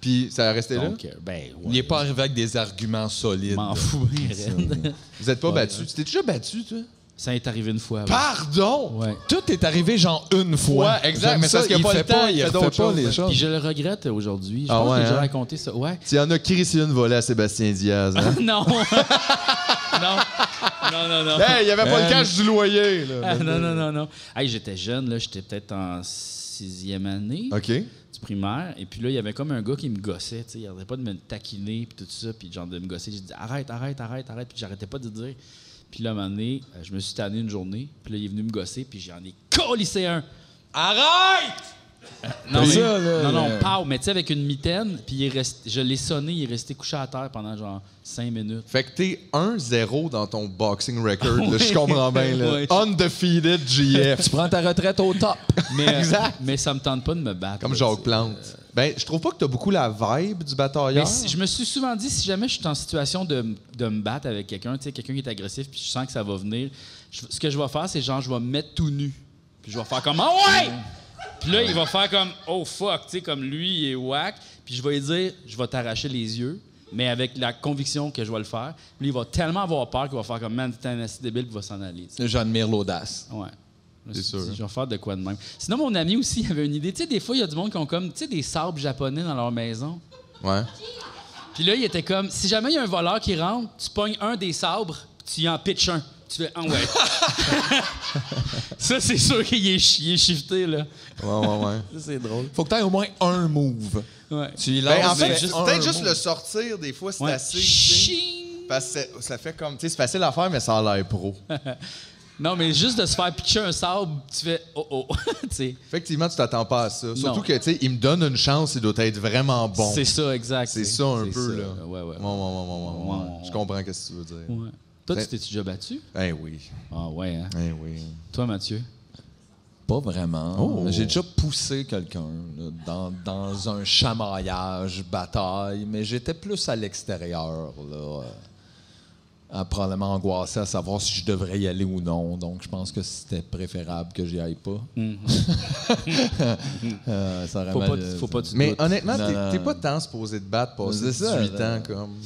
Puis ça a resté là. Donc, euh, ben, ouais. Il n'est pas arrivé avec des arguments solides. M'en fous, bien raide. Vous êtes pas battu. Tu t'es déjà battu, toi? Ça est arrivé une fois. ouais. Pardon! Ouais. Tout est arrivé genre une fois. Ouais, exact, J'aime mais ça, parce qu'il il a pas fait le temps, pas, il il fait refait d'autres pas choses, hein. les ouais. Puis choses. je le regrette aujourd'hui. Je Ah pense ouais, que j'ai hein? déjà raconté ça. Ouais. Tu en as crissé une volée à Sébastien Diaz. hein? non. non. Non, non, non. hey, il y avait pas le cash du loyer, Ah, là. non, non, non, non. Hey, j'étais jeune, là. J'étais peut-être en sixième année OK. du primaire. Et puis là, il y avait comme un gars qui me gossait. tu sais. Il arrêtait pas de me taquiner, puis tout ça, puis genre de me gosser. J'ai dit arrête, arrête, arrête, arrête. Puis j'arrêtais pas de dire. Puis là, à un moment donné, euh, je me suis tanné une journée. Puis là, il est venu me gosser, puis j'en ai colissé un. Euh, Arrête! Non, Puis mais- ça, là, non, non, le- pow, mais tu sais, avec une mitaine, puis il est resté- je l'ai sonné, il est resté couché à terre pendant genre 5 minutes. Fait que t'es 1-0 dans ton boxing record. là, Oui. Je comprends bien. Là. Ouais. Undefeated GF. Tu prends ta retraite au top. Mais, euh, Exact. mais ça me tente pas de me battre. Comme là, Jacques tu sais. Plante. Ben, je trouve pas que t'as beaucoup la vibe du Mais batailleur. si- je me suis souvent dit, si jamais je suis en situation de, m- de me battre avec quelqu'un, tu sais, quelqu'un qui est agressif, puis je sens que ça va venir, je- ce que je vais faire, c'est genre, je vais me mettre tout nu. Puis je vais faire comme, oh ouais! Puis là, il va faire comme, oh fuck, tu sais, comme lui, il est whack. Puis je vais lui dire, je vais t'arracher les yeux, mais avec la conviction que je vais le faire. Puis il va tellement avoir peur qu'il va faire comme, man, t'es un assis débile, puis il va s'en aller. tu sais. J'admire l'audace. Ouais. Je me suis sûr. dit, je vais faire de quoi de même. Sinon, mon ami aussi il avait une idée. Tu sais, des fois, il y a du monde qui ont comme, tu sais, des sabres japonais dans leur maison. Ouais. Puis là, il était comme, si jamais il y a un voleur qui rentre, tu pognes un des sabres, puis tu y en pitches un. Tu fais, ah ouais. ça, c'est sûr qu'il est, chi- il est shifté, là. Ouais, ouais, ouais. Ça, c'est drôle. Faut que tu aies au moins un move. Ouais. Tu y Ben, en lances fait, juste peut-être un juste move. le sortir, des fois, c'est Ouais. assez. tu sais. Ching! Parce que c'est- ça fait comme. Tu sais, c'est facile à faire, mais ça a l'air pro. Non, mais juste de se faire pitcher un sable, tu fais oh oh. tu sais, Effectivement, tu t'attends pas à ça. Surtout Non. que, tu sais, il me donne une chance, il doit être vraiment bon. C'est ça, exact. C'est tu sais. ça un C'est peu, ça, là. Ouais, ouais. Ouais, ouais, ouais, ouais, ouais, ouais. Ouais. Je comprends ce que tu veux dire. ouais. Toi, tu Ben- t'es-tu déjà battu? Eh oui. Ah ouais, hein? Eh oui. Toi, Mathieu? Pas vraiment. Oh. J'ai déjà poussé quelqu'un là, dans, dans un chamaillage, bataille, mais j'étais plus à l'extérieur, là. euh, à probablement angoissé à savoir si je devrais y aller ou non. Donc, je pense que c'était préférable que j'y aille pas. Euh, ça aurait Faut pas, mal- faut pas tu Mais doutes. honnêtement, Non, non. t'es- t'es pas tant supposé de battre passer C'est ça, 18 là. ans, comme.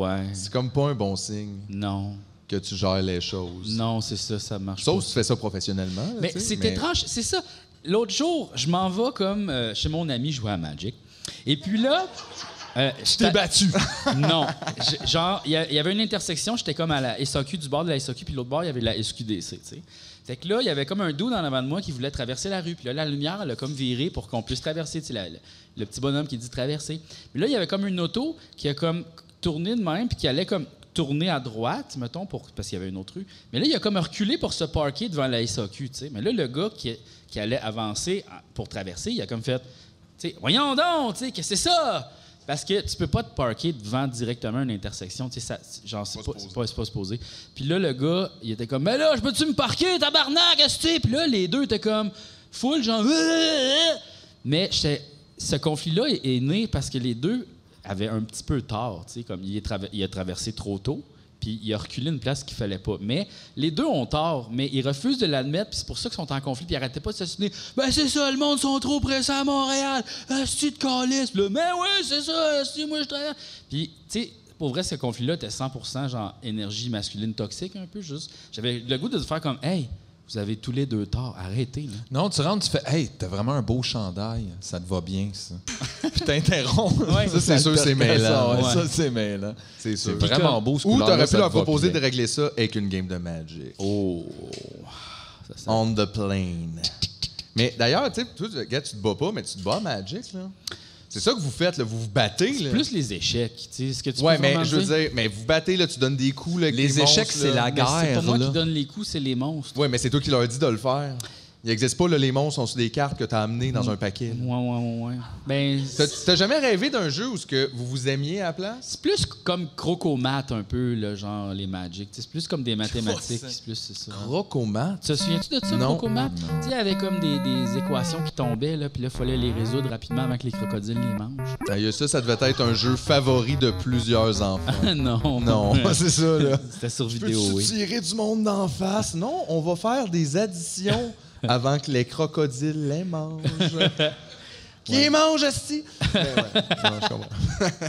Ouais. C'est comme pas un bon signe Non. que tu gères les choses. Non, c'est ça, ça marche pas. Sauf si tu fais ça professionnellement. là, Mais tu sais, c'est étrange, c'est ça. L'autre jour, je m'en vais comme euh, chez mon ami jouer à Magic. Et puis là. euh, je t'a- battu. Non. Je- genre, il y, a- il y avait une intersection, j'étais comme à la SAQ, du bord de la SAQ, puis l'autre bord, il y avait la SQDC, tu sais. Fait que là, il y avait comme un dos dans l'avant de moi qui voulait traverser la rue. Puis là, la lumière, elle a comme viré pour qu'on puisse traverser, tu sais, la- le, le petit bonhomme qui dit traverser. Puis là, il y avait comme une auto qui a comme tourné de même, puis qui allait comme tourner à droite, mettons, pour, parce qu'il y avait une autre rue. Mais là, il a comme reculé pour se parquer devant la SAQ, tu sais. Mais là, le gars qui, qui allait avancer à- pour traverser, il a comme fait, tu sais, voyons donc, tu sais, que c'est ça? Parce que tu peux pas te parquer devant directement une intersection. Tu sais, ça, c'est- genre, c'est pas, c'est pas, c'est pas supposé. Puis là, le gars, il était comme, mais là, je peux-tu me parquer, tabarnak, est-ce que tu sais? Puis là, les deux étaient comme, full, genre, Euh! mais j'étais- ce conflit-là est, est né parce que les deux avaient un petit peu tort. Tu sais, comme il, est trava- il a traversé trop tôt, puis il a reculé une place qu'il fallait pas. Mais les deux ont tort, mais ils refusent de l'admettre, puis c'est pour ça qu'ils sont en conflit, puis ils arrêtaient pas de s'assumer. Ben c'est ça, le monde sont trop pressés à Montréal. Asti de calice, Puis là, mais oui, c'est ça, asti, moi je travaille. Puis, tu sais, pour vrai, ce conflit-là était 100% genre énergie masculine toxique, un peu juste. J'avais le goût de faire comme, hey, vous avez tous les deux tort, arrêtez, là. Non, tu rentres, tu fais Hey, t'as vraiment un beau chandail. Ça te va bien, ça. Puis t'interromps. Ouais. Ça, c'est sûr, c'est mêlant. Ça, ouais, Ouais. ça, c'est mêlant. C'est sûr. Vraiment beau, ce Ou couleur-là, t'aurais ça pu te leur va proposer bien. de régler ça avec une game de Magic. Oh. Ça, ça- On the plane. Mais d'ailleurs, tu sais, toi, tu- gars, tu te bats pas, mais tu te bats à Magic, là. C'est ça que vous faites, là. Vous vous battez, là. Plus les échecs, tu sais, ce que tu ouais, peux mais vraiment je veux dire, mais vous battez, là, tu donnes des coups, là, avec Les des échecs, monstres, c'est là. la Mais C'est pas guerre, moi là. qui donne les coups, c'est les monstres. Ouais, mais c'est toi qui leur dis de le faire. Il n'existe pas, là, les monstres sont sur des cartes que t'as amenées dans un paquet. là. Ouais, ouais, ouais, ouais. Ben, T'as- c'est T'as jamais rêvé d'un jeu où ce que vous vous aimiez à la place? c'est plus comme crocomat un peu, là, genre les Magic. Tu sais, C'est plus comme des mathématiques. C'est plus c'est ça. Crocomat? Tu te souviens-tu de ça, Non. crocomat? Tu sais, il y avait comme des, des équations qui tombaient, là, puis là, il fallait les résoudre rapidement avant que les crocodiles les mangent. D'ailleurs, ça, ça devait être un jeu favori de plusieurs enfants. non. non, c'est ça, là. C'était sur Peux-tu vidéo, oui. tirer du monde d'en face? Non, on va faire des additions avant que les crocodiles les mangent. Qui les mange, esti? Ben ouais. Non, je comprends.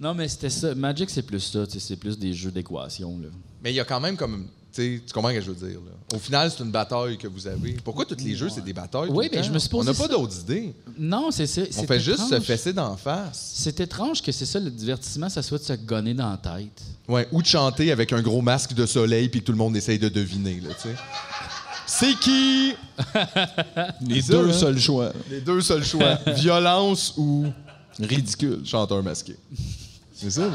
Non, mais c'était ça. Magic, c'est plus ça. tu sais, C'est plus des jeux d'équations, là. Mais il y a quand même comme... tu sais, tu comprends ce que je veux dire. là. Au final, c'est une bataille que vous avez. Pourquoi tous les jeux, c'est des batailles? Oui, tout le mais temps? je me suis posé On n'a pas ça. d'autres idées. Non, c'est ça. On c'est fait juste se étrange. fesser d'en face. C'est étrange que c'est ça, le divertissement, ça soit de se gonner dans la tête. Ouais, ou de chanter avec un gros masque de soleil puis que tout le monde essaye de deviner. là, tu sais. C'est qui? Les Ça, hein. deux là. seuls choix. Les deux seuls choix. Violence ou Ridicule. chanteur masqué. C'est ça, là.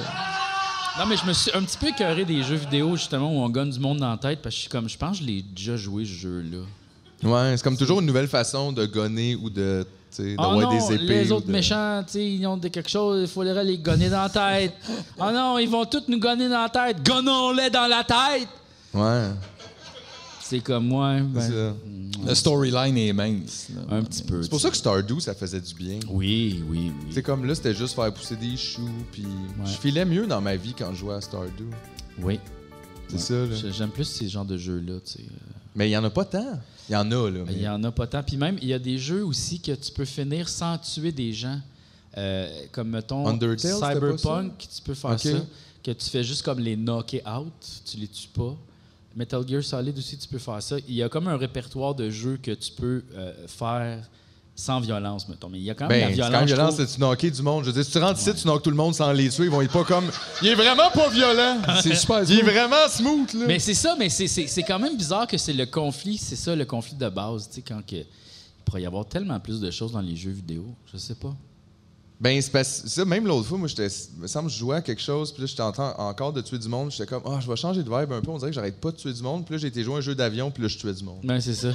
Non, mais je me suis un petit peu écœuré des jeux vidéo, justement, où on gagne du monde dans la tête, parce que je suis comme, je pense que je l'ai déjà joué, ce jeu-là. Ouais, c'est comme toujours une nouvelle façon de gonner ou de, tu sais, d'avoir Ah non, des épées. les ou autres de- méchants, tu sais, ils ont des- quelque chose, il faudrait les gonner dans la tête. oh non, ils vont tous nous gonner dans la tête. Gonnons-les dans la tête! Ouais. C'est comme moi, hein, ben, c'est ça. La storyline est mince. là. un petit peu. C'est pour ça que Stardew, ça faisait du bien. Oui, oui, oui. C'est comme là, c'était juste faire pousser des choux, puis je filais mieux dans ma vie quand je jouais à Stardew. Oui. C'est ça, là. Je- J'aime plus ces genres de jeux-là, tu sais. Mais il y en a pas tant. Il y en a, là. mais- Il y en a pas tant. Puis même, il y a des jeux aussi que tu peux finir sans tuer des gens. Euh, comme, mettons, Undertale, c'était pas Cyberpunk, tu peux faire Ok. ça. Que tu fais juste comme les knock out, tu les tues pas. Metal Gear Solid aussi, tu peux faire ça. Il y a comme un répertoire de jeux que tu peux euh, faire sans violence, mettons. Mais il y a quand même Ben, la c'est violence. quand je violence, trouve. c'est tu knocker du monde. Je veux dire, si tu rentres ici, tu knockes tout le monde sans les tuer, ils vont être pas comme. Il est vraiment pas violent. C'est super. Il est vraiment smooth, là. Mais c'est ça, mais c'est- c'est c'est quand même bizarre que c'est le conflit, c'est ça le conflit de base, tu sais, quand que, il pourrait y avoir tellement plus de choses dans les jeux vidéo. Je sais pas. Ben, c'est parce ça, même l'autre fois, moi, j'étais. Il me semble que je jouais à quelque chose, puis là, j'étais en train- encore de tuer du monde. J'étais comme, ah, je vais changer de vibe un peu. On dirait que j'arrête pas de tuer du monde. Puis là, j'ai été jouer à un jeu d'avion, puis là, je tuais du monde. Ben, c'est ça.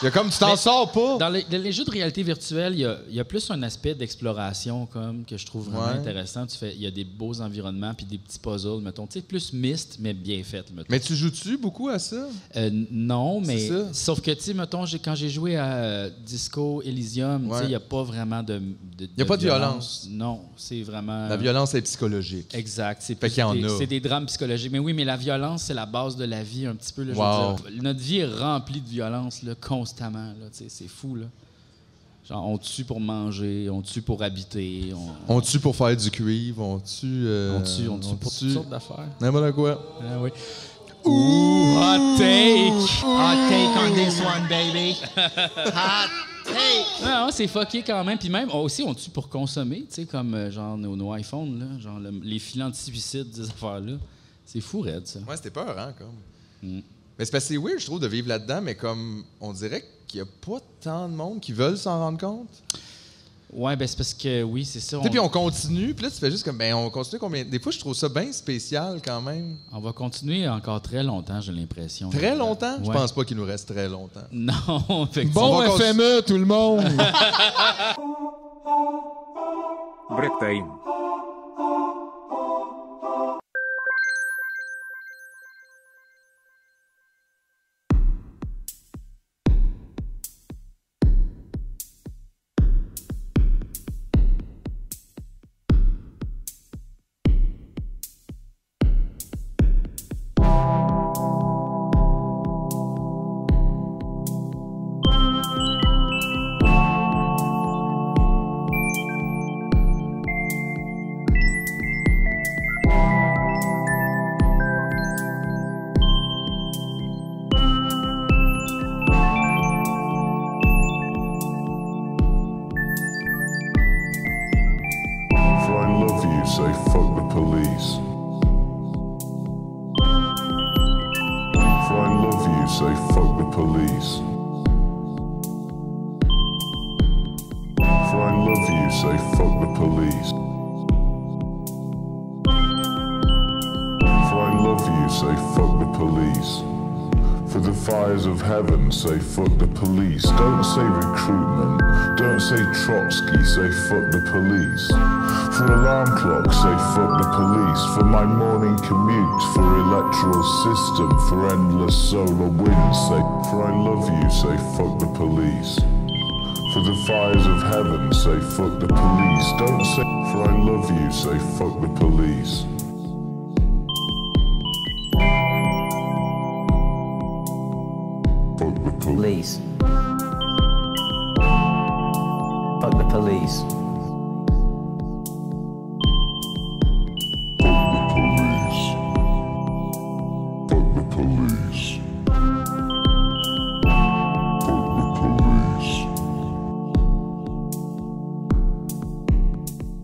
Il y a comme, tu t'en Mais- sors pas. Dans les, dans les jeux de réalité virtuelle, il y a- il y, a plus un aspect d'exploration comme que je trouve vraiment Ouais. intéressant. Tu fais, il y a des beaux environnements puis des petits puzzles, mettons. Tu sais, plus mist, mais bien fait, mettons. Mais tu joues-tu beaucoup à ça? Euh, non, mais C'est ça. sauf que tu sais, mettons, j'ai- quand j'ai joué à euh, Disco Elysium, tu sais, Ouais. il n'y a pas vraiment de. Il Y a pas de Non, c'est vraiment. La violence est psychologique. Exact. C'est Fait plus qu'il y en des- a. c'est des drames psychologiques. Mais oui, mais la violence, c'est la base de la vie un petit peu. là, je Wow. veux dire. notre vie est remplie de violence là, constamment. là, tu sais, c'est fou. Là. Genre, on tue pour manger, on tue pour habiter, on, On tue pour faire du cuivre, on tue. euh, on tue, on tue pour toutes sortes d'affaires. N'importe quoi. Euh, Ah oui. Ouh, hot take! Hot take on this one, baby. Hot take. Non, non, c'est fucké quand même. Puis même, oh, aussi, on tue pour consommer, tu sais, comme euh, genre nos, nos iPhones, là, genre le- les filets anti-suicide, ces affaires-là. C'est fou, raide, ça. Ouais, c'était peur, hein, comme. Mais c'est parce que c'est weird, je trouve, de vivre là-dedans, mais comme, on dirait qu'il y a pas tant de monde qui veulent s'en rendre compte. Ouais, ben c'est parce que, oui, c'est ça. Tu sais, puis on continue, puis là, tu fais juste comme, ben, on continue combien. Des fois, je trouve ça bien spécial quand même. On va continuer encore très longtemps, j'ai l'impression. Très longtemps? Je Ouais. pense pas qu'il nous reste très longtemps. Non, effectivement. On Bon va cons- FME, tout le monde! Break-time. If I love you, say fuck the police. If I love you, say fuck the police. If I love you, say fuck the police. If I love you, say fuck the police. For the fires of heaven, say fuck the police. Don't say recruitment. Don't say Trotsky, say fuck the police. For alarm clocks, say fuck the police. For my morning commute, for electoral system, for endless solar winds, say for I love you, say fuck the police. For the fires of heaven, say fuck the police. Don't say for I love you, say fuck the police. Fuck the police. police. Fuck the police. Fuck the police. Fuck the police.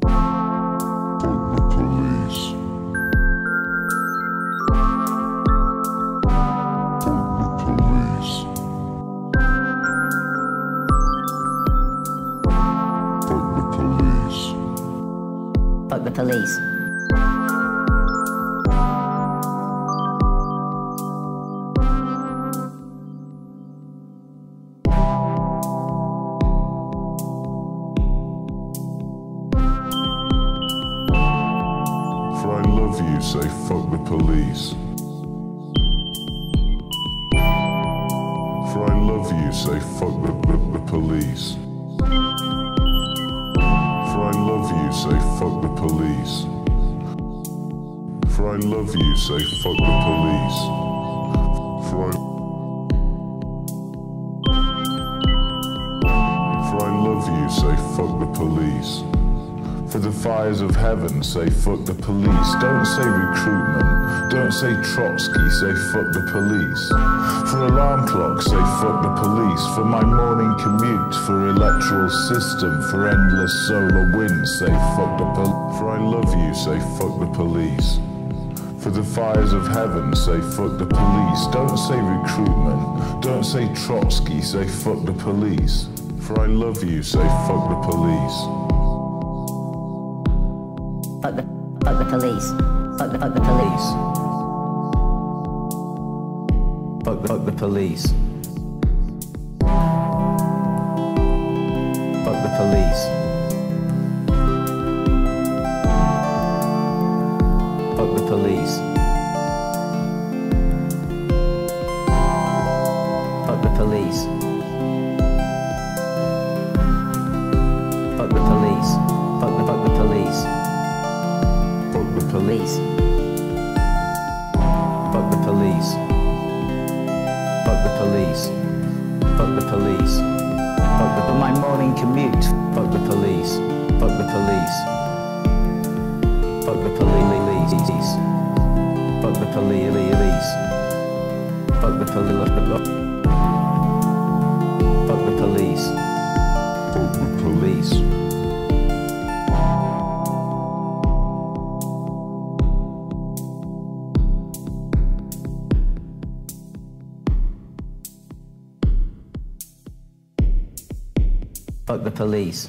Fuck the police. Fuck the police. Fuck the police. Fuck the police. For I love you, say fuck the police. For I love you, say fuck the, the, the police. For I love you, say fuck the police. For I love you, say fuck the police. For I For I love you, say fuck the police. For the fires of heaven, say fuck the police. Don't say recruitment. Don't say Trotsky, say fuck the police. For alarm clocks, say fuck the police. For my morning commute, for electoral system, for endless solar winds, say fuck the police. For I love you, say fuck the police. For the fires of heaven, say fuck the police. Don't say recruitment. Don't say Trotsky, say fuck the police. For I love you, say fuck the police. Fuck the police. Fuck the, fuck the police. Fuck the, fuck the police. Fuck the police. Fuck the police. Fuck the police. Fuck the police. Fuck the, fuck the police. Fuck the police. Fuck the police. Fuck the police. Fuck the police. Fuck the my morning commute. Fuck the police. Fuck the police. Fuck the police. Fuck the police. Fuck the police. Fuck the police. Fuck the police. Fuck the police.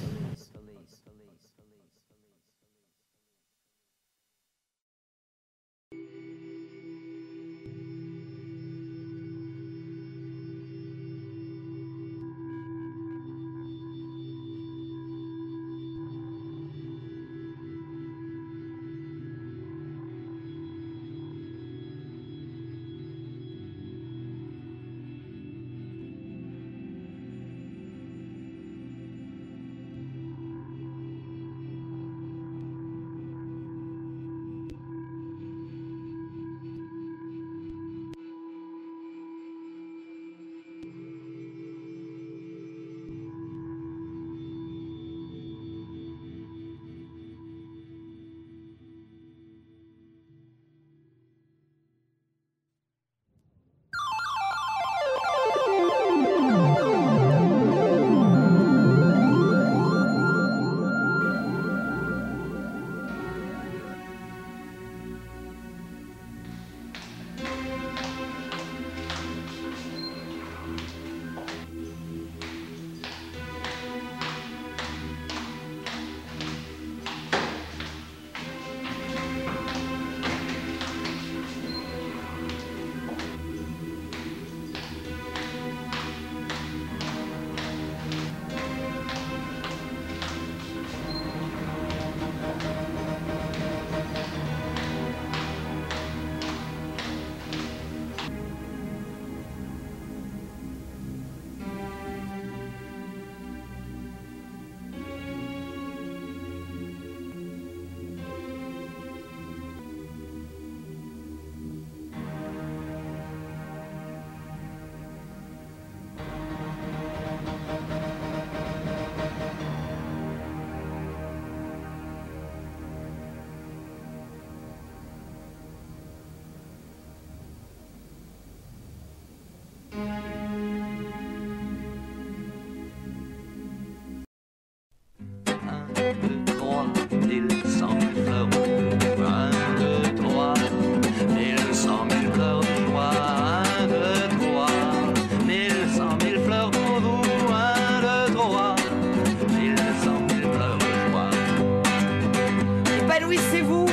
Épanouissez-vous.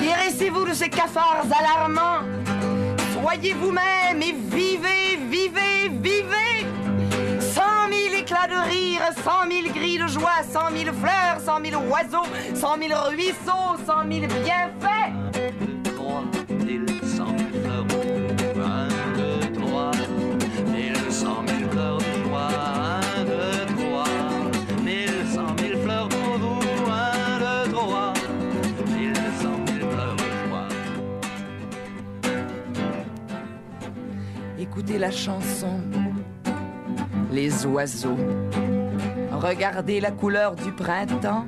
Guérissez-vous de ces cafards alarmants. Soyez vous-même et vivez, vivez, vivez. Cent mille éclats de rire, cent mille gris de joie, cent mille fleurs, cent mille oiseaux, cent mille ruisseaux, cent mille bienfaits. Écoutez la chanson, les oiseaux. Regardez la couleur du printemps.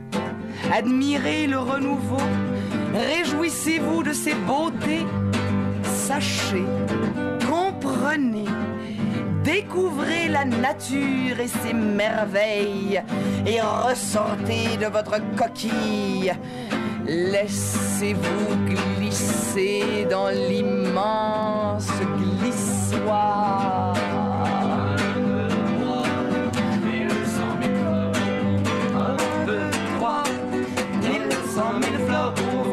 Admirez le renouveau. Réjouissez-vous de ses beautés. Sachez, comprenez, découvrez la nature et ses merveilles. Et ressortez de votre coquille. Laissez-vous glisser dans l'immense glissoir. Un, deux, trois, mille cent mille fleurs pour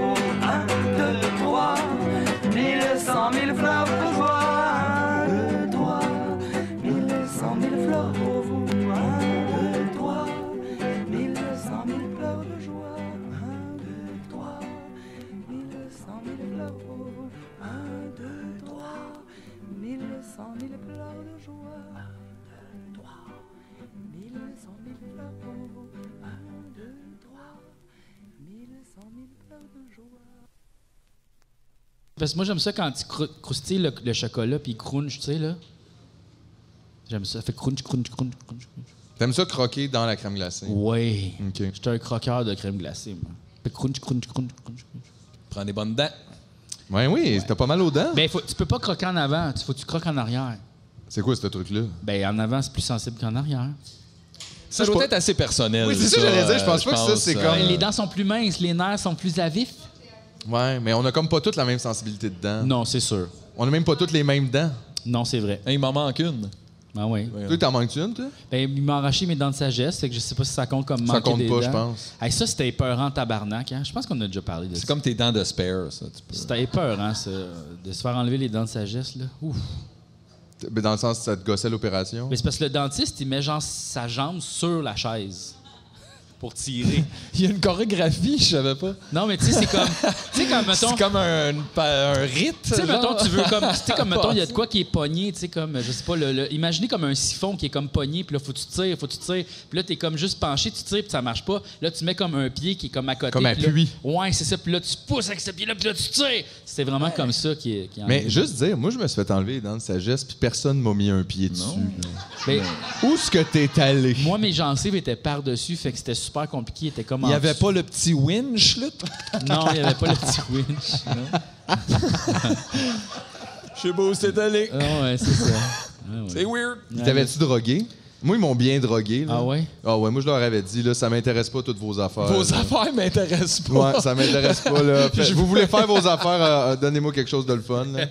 pour vous. Un, deux, trois, mille cent mille pleurs de joie. Un, deux, trois, mille cent mille pleurs pour vous. Un, deux, trois, mille cent mille pleurs de joie. Un, deux, trois, mille cent mille pleurs pour vous. Un, deux, trois, mille cent mille pleurs de joie. Parce que moi, j'aime ça quand il crou- croustille le, le chocolat puis il crunch, tu sais, là. J'aime ça. Ça fait crunch, crunch, crunch, crunch, crunch. T'aimes ça croquer dans la crème glacée? Oui. OK. J'étais un croqueur de crème glacée, moi. Fait crunch, crunch, crunch, crunch, crunch. Prends des bonnes dents. Ouais, Ben oui, t'as pas mal aux dents. Ben, faut, tu peux pas croquer en avant. Tu faut que tu croques en arrière. C'est quoi ce truc-là? Ben, en avant, c'est plus sensible qu'en arrière. Ça je doit pas- être assez personnel. Oui, c'est ça, j'allais dire, je pense euh, pas que ça, c'est euh, comme- Les dents sont plus minces, les nerfs sont plus à vif. Ouais, mais on a comme pas toutes la même sensibilité de dents. Non, c'est sûr. On a même pas toutes les mêmes dents. Non, c'est vrai. Hey, il m'en manque une. Ben oui. Toi, t'en manques une, toi? Ben, il m'a arraché mes dents de sagesse, fait que je sais pas si ça compte comme Ça manquer compte des pas, je dents. pense. Hey, ça, c'était épeurant tabarnak. Hein? Je pense qu'on a déjà parlé de ça. C'est comme tes dents de spare, ça. tu peux- C'était peur, hein, ce- de se faire enlever les dents de sagesse, là. Ouf. T- ben, Dans le sens, ça te gossait l'opération. Mais c'est parce que le dentiste, il met genre sa jambe sur la chaise pour tirer. Il y a une chorégraphie, je savais pas. non, mais tu sais, c'est comme. Tu sais, comme, mettons. C'est comme un, une pa- un rite. Tu sais, genre. mettons, tu veux comme. Tu sais, comme, mettons, il y a de quoi qui est pogné, tu sais, comme, je sais pas, le, le- imaginez comme un siphon qui est comme pogné, puis là, faut que tu tires, faut que tu tires. Puis là, t'es comme juste penché, tu tires, puis ça marche pas. Là, tu mets comme un pied qui est comme à côté. Comme puis là- appui. ouais, c'est ça. Puis là, tu pousses avec ce pied-là, puis là, tu tires. C'était vraiment comme ça qui est. qui est Ah, Mais enlevé. juste dire, moi, je me suis fait enlever les dents de sagesse, puis personne m'a mis un pied dessus. là. Mais Où est-ce que t'es allé? moi, mes gencives étaient par-dessus, fait que c'était super compliqué. C'était comme Il en n'y avait dessous. pas le petit winch, là. Non, il n'y avait pas le petit winch. Je sais pas où c'est allé. Ah ouais, c'est ça. Ah ouais. C'est weird. Ils T'avais-tu drogué? Moi, ils m'ont bien drogué. là. Ah ouais? Ah ouais, moi, je leur avais dit, là, ça m'intéresse pas toutes vos affaires. Vos là. affaires m'intéressent pas. Ouais, ça m'intéresse pas, là. Fait- vous voulez faire vos affaires, euh, euh, donnez-moi quelque chose de le fun, là.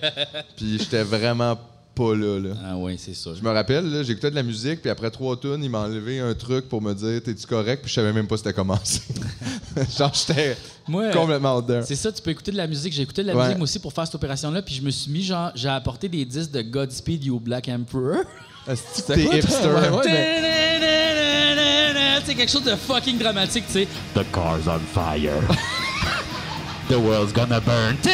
Puis j'étais vraiment pas là, là. Ah ouais, c'est ça. Je me rappelle, là, j'écoutais de la musique, puis après trois tunes, il m'a enlevé un truc pour me dire T'es-tu correct Puis je savais même pas c'était commencé. Genre, j'étais Moi, euh, complètement out there. C'est ça, tu peux écouter de la musique. J'ai écouté de la Ouais. musique moi aussi pour faire cette opération-là, puis je me suis mis, genre, j'ai apporté des disques de Godspeed You Black Emperor. Asti que T'es hipster. hein? Ouais, ouais, Tu mais- sais, quelque chose de fucking dramatique, tu sais. The car's on fire. The world's gonna burn. Puis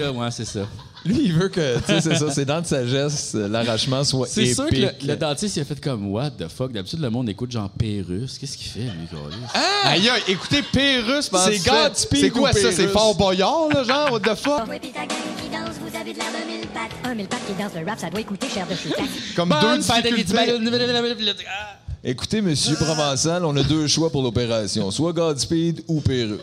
là, ouais, c'est ça. Lui, il veut que, tu sais, c'est ça, c'est dans de sagesse, euh, l'arrachement soit C'est épique. sûr que le, le dentiste, il a fait comme, what the fuck. D'habitude, le monde écoute genre Pérus. Qu'est-ce qu'il fait, lui, câlisse? Aïe, aïe, écoutez Pérus, pendant C'est que tu fais- Godspeed C'est quoi ou ça Pérus? C'est Fort Boyard, là, genre What the fuck Oui, puis ta gueule qui danse, vous avez de la bonne mille pattes. Un mille pattes qui danse le rap, ça doit écouter cher de chez Tac. Comme deux Bonne fête à difficultés. l'Étibale- Ah. Écoutez, Monsieur Provençal, on a deux choix pour l'opération. Soit Godspeed ou Pérus.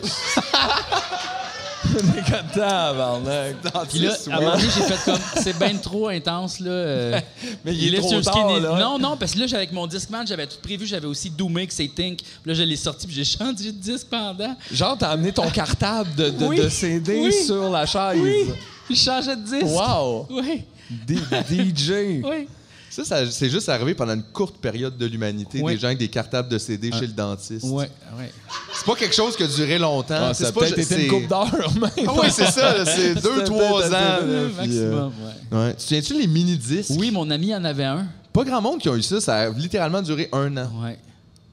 On est comme tabarnak. Puis là, à un moment donné, j'ai fait comme, c'est bien trop intense, là. euh, Mais il est laisse trop sur tard, skinny. là. Non, non, parce que là, j'avais- avec mon Discman, j'avais tout prévu. J'avais aussi Doomix et Think. Puis là, je l'ai sorti, puis j'ai changé de disque pendant. Genre, t'as amené ton cartable de, de- Oui. de CD Oui. sur la chaise. Oui! Je changeais de disque. Wow! Oui, D- DJ! oui. Ça, ça- c'est juste arrivé pendant une courte période de l'humanité, Ouais. des gens avec des cartables de CD Ah. chez le dentiste. Ouais, ouais. C'est pas quelque chose qui a duré longtemps. Ah, C'est ça a pas- peut-être c'est- été une coupe d'heure, même. Ah oui, c'est ça, là, c'est deux, C'était trois ans. peut-être un peu là, Euh, puis, euh, maximum, ouais. ouais. Tu tiens-tu les mini-disques? Oui, mon ami en avait un. Pas grand monde qui a eu ça, ça a littéralement duré un an. Ouais.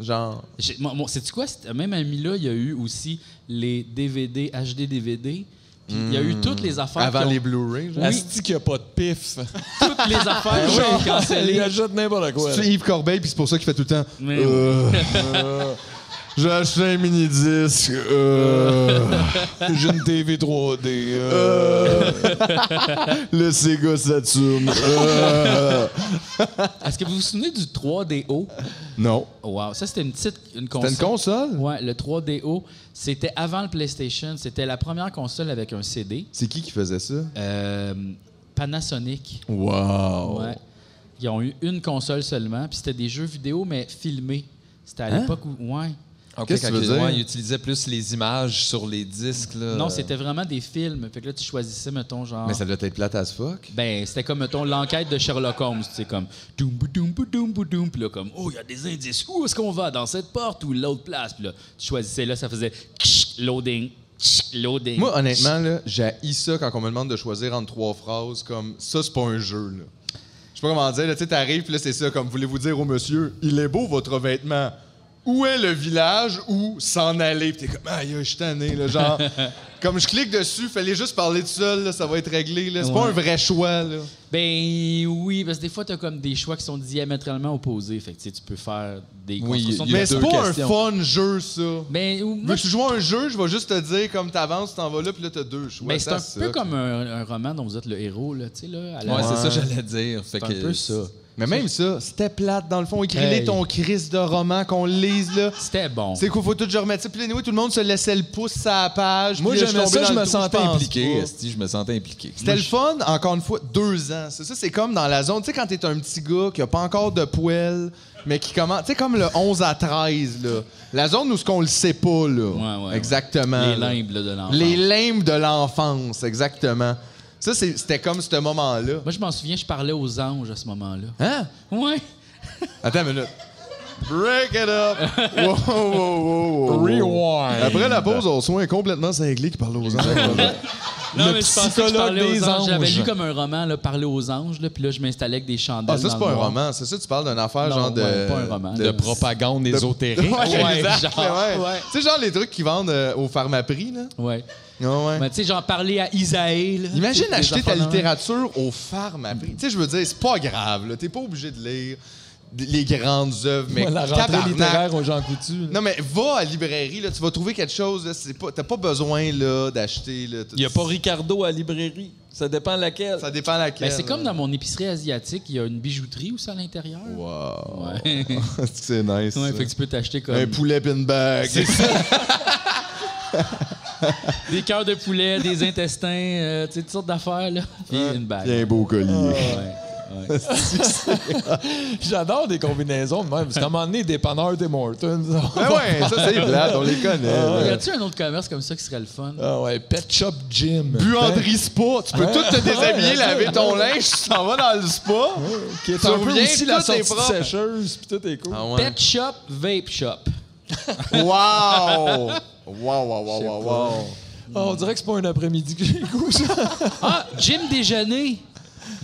Genre. J'ai- Mon, mon- sais-tu quoi? Cet Même ami-là, il y a eu aussi les DVD, HD-DVD. Puis il y a Hmm. eu toutes les affaires. Avant qui ont- les Blu-ray, genre. Asti qu'il n'y a pas de Ah pif. Toutes les affaires qui ont été il cancellées. achète n'importe quoi. C'est Yves Corbeil, puis c'est pour ça qu'il fait tout le temps. Mais Euh, euh, J'ai acheté un mini-disque. euh, J'ai une TV 3D. euh. euh, le Sega Saturn. euh. Est-ce que vous vous souvenez du 3DO? Non. Oh, Wow, ça c'était une petite une T'as console. une console? Ouais, le 3DO, c'était avant le PlayStation, c'était la première console avec un CD, C'est qui qui faisait ça? Euh, Panasonic. Wow. Ouais. Ils ont eu une console seulement, puis c'était des jeux vidéo mais filmés. C'était à l'époque où ouais. Ok, Qu'est-ce que quand tu il- veux dire? ouais, il utilisait plus les images sur les disques. Là. Non, c'était vraiment des films. Fait que là tu choisissais mettons genre Mais ça doit être plate as fuck. Ben, c'était comme, mettons, l'enquête de Sherlock Holmes, tu sais, comme doum bou, doum bou, doum bou, doum, puis là, comme, oh, il y a des indices, où est-ce qu'on va, dans cette porte ou l'autre place, puis là, tu choisissais, là, ça faisait ksh, loading, ksh, loading. Moi, honnêtement, là, j'ai ça quand on me demande de choisir entre trois phrases comme ça, c'est pas un jeu. Là. sais pas comment dire, là, tu sais, t'arrives, puis là, c'est ça, comme voulez-vous dire au monsieur, il est beau votre vêtement. Où est le village où s'en aller? Puis t'es comme, aïe, je suis tanné, là, genre. comme je clique dessus, fallait juste parler tout seul, là, ça va être réglé, là. C'est pas Ouais. un vrai choix, là. Ben oui, parce que des fois, t'as comme des choix qui sont diamétralement opposés. Fait que tu sais, tu peux faire des Oui, constructions Il y a Mais c'est deux pas questions. un fun jeu, ça. Mais Ben, ou- moi, Veux que tu joues à un jeu, je vais juste te dire comme t'avances, tu t'en vas là, puis là t'as deux choix. ben, c'est Ça, un ça, peu quoi. comme un, un roman dont vous êtes le héros, là, tu sais, là. à la- Ouais, c'est ça que j'allais dire. Fait C'est un que- peu ça. Mais même ça, c'était plate dans le fond. Écris-les Hey. ton crise de roman qu'on lise là. C'était bon. C'est qu'il faut tout je remettre ça. Puis anyway, tout le monde se laissait le pouce à la page. Moi, puis là, suis j'aimais tombé ça, dans je le me trou, sentais pense impliqué. pas. esti, je me sentais impliqué. C'était le fun, encore une fois, deux ans. C'est ça, c'est comme dans la zone. Tu sais, quand t'es un petit gars qui a pas encore de poêle, mais qui commence. Tu sais, comme le 11 à 13, là. La zone où ce qu'on le sait pas, là. Ouais, ouais, ouais. Exactement. Les là. limbes là, de l'enfant. Les limbes de l'enfance, exactement. Ça, c'est- c'était comme ce moment-là. Moi, je m'en souviens, je parlais aux anges à ce moment-là. Hein? Ouais. Attends une minute. Break it up! Wow, wow, wow, wow, wow. Rewind. Après la pause, on soin complètement cinglé qui parle aux anges. Non, Le mais je pensais que je psychologue parlais des aux anges. anges. J'avais lu comme un roman, là, parler aux anges, là, puis là, je m'installais avec des chandelles. Ah, ça, c'est dans pas le un noir. roman. C'est ça, tu parles d'une affaire Non, genre de. ouais, pas un roman. De propagande ésotérique. Ouais, Ouais, exact, genre, ouais. ouais. Tu sais, genre les trucs qu'ils vendent euh, au Pharmaprix, là. Ouais. Ouais, Mais ouais. tu sais, j'en parlais à Isaïe. là. Imagine Des acheter enfants ta de- littérature au Pharmaprix. Tu sais, je veux dire, c'est pas grave, là. T'es pas obligé de lire d- les grandes œuvres, mais. la rentrée tabarnak. littéraire aux Jean Coutu. là. Non, mais va à la librairie, là, tu vas trouver quelque chose. là, c'est pas- T'as pas besoin là, d'acheter. là, tout- Il n'y a pas Ricardo à librairie. Ça dépend laquelle. Ça dépend laquelle. Ben, c'est comme là. dans mon épicerie asiatique, il y a une bijouterie aussi à l'intérieur. Wow. Ouais. c'est nice. Ouais, ça. fait que tu peux t'acheter comme Un poulet pin bag. des cœurs de poulet, des intestins, euh, tu sais, toutes sortes d'affaires, là. Puis une Puis bague. un beau collier. Ouais. ouais. J'adore des combinaisons de même. Parce qu'à un moment donné, dépanneur des Mortons. Ben ouais, ça c'est plate, on les connaît. Y là. a-tu un autre commerce comme ça qui serait le fun? Ah ouais, Pet Shop Gym. Buanderie spa, tu peux tout te déshabiller, laver ton linge, tu t'en vas dans le spa. Ben, Qui est Tu un peu reviens, aussi la tout sortie est propre. Ah sécheuse, puis tout est cool. Pet shop, vape shop. Wow! Wow, wow, wow, wow, wow. Ah, on dirait que c'est pas un après-midi que j'ai le goût, ça. Ah, gym déjeuner!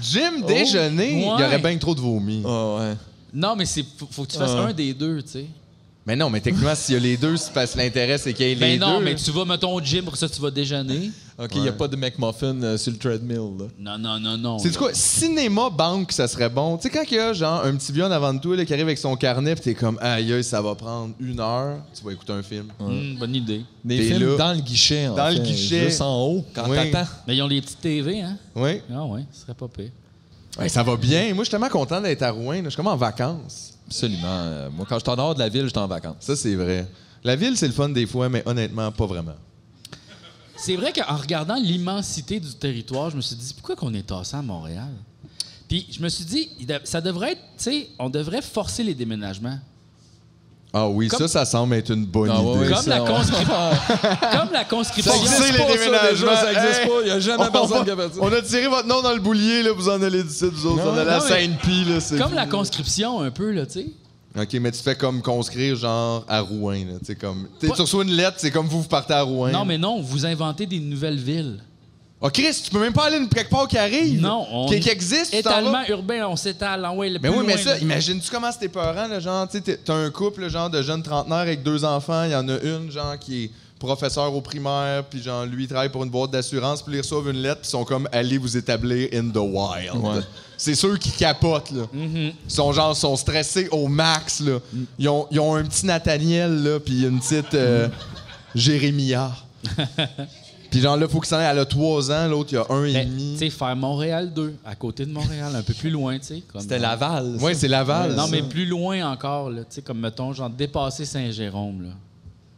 Jim, Oh. déjeuner, il y Ouais. aurait bien que trop de vomi. Ah ouais. Non, mais c'est faut, faut que tu fasses Ah. un des deux, tu sais. Mais non, mais techniquement, s'il y a les deux, c'est parce que l'intérêt, c'est qu'il y ait les Ben non, deux. mais tu vas, mettons, au gym, pour ça, tu vas déjeuner. OK, il a pas de McMuffin euh, sur le treadmill, là. Non, non, non, non. C'est du là. quoi? Cinéma banque, ça serait bon. Tu sais, quand il y a genre un petit vieux en avant de toi là, qui arrive avec son carnet, pis t'es comme, aïe, aïe, ça va prendre une heure, tu vas écouter un film. Hmm, bonne idée. Des T'es films là. dans le guichet, en Dans le fait, guichet. Juste en haut, quand Oui. t'attends. Mais ils ont les petites TV, hein? Oui. Ah ouais, ce serait pas pire. Ouais, ça va bien. Moi, je suis tellement content d'être à Rouen. là. Je suis comme en vacances. Absolument. Euh, Moi, quand je suis en dehors de la ville, je suis en vacances. Ça, c'est vrai. La ville, c'est le fun des fois, mais honnêtement, pas vraiment. C'est vrai qu'en regardant l'immensité du territoire, je me suis dit pourquoi qu'on est tassé à Montréal. Puis je me suis dit il de- ça devrait être, tu sais, on devrait forcer les déménagements. Ah oui, Comme- ça, ça semble être une bonne Ah ouais, idée. oui, Comme ça, la, ouais. conscription. comme la Ça conscription. existe, les déménagements. ça existe Hey! pas. Il n'y a jamais On personne va- qui a fait ça. On a tiré votre nom dans le boulier, là, vous en allez d'ici, vous autres. Non, on a la non, mais- scène pie, là. c'est Comme la fini. conscription un peu là, tu sais. OK, mais tu fais comme conscrire, genre, à Rouen, là. Tu sais, comme. t'sais, Tu reçois une lettre, c'est comme vous, vous partez à Rouen. Non mais non, vous inventez des nouvelles villes. Oh, Chris, tu peux même pas aller une quelque part qui arrive. Non, on Qui, qui existe, tu t'en vas. Étalement urbain, on s'étale en ouais, le Mais plus Ben oui, mais loin, ça, là. imagine-tu comment c'était peurant, là, genre, tu sais, t'es- t'as un couple, là, genre, de jeunes trentenaires avec deux enfants, il y en a une, genre, qui est professeur au primaire, puis genre, lui, il travaille pour une boîte d'assurance, puis ils reçoivent une lettre, puis ils sont comme, allez vous établir in the wild. C'est ceux qui capotent, là. Mm-hmm. Ils sont, genre, sont stressés au max, là. Mm. Ils, ont, ils ont un petit Nathaniel, là, puis une petite euh, Jérémia. puis genre, là, faut qu'il s'en aille, elle a trois ans, l'autre, il y a un et Ben, demi. tu sais faire Montréal 2 à côté de Montréal, un peu plus loin, tu sais, comme- euh, C'était Laval. ça. Ouais, c'est Laval. Non ça. mais plus loin encore là, tu sais comme mettons genre dépasser Saint-Jérôme là.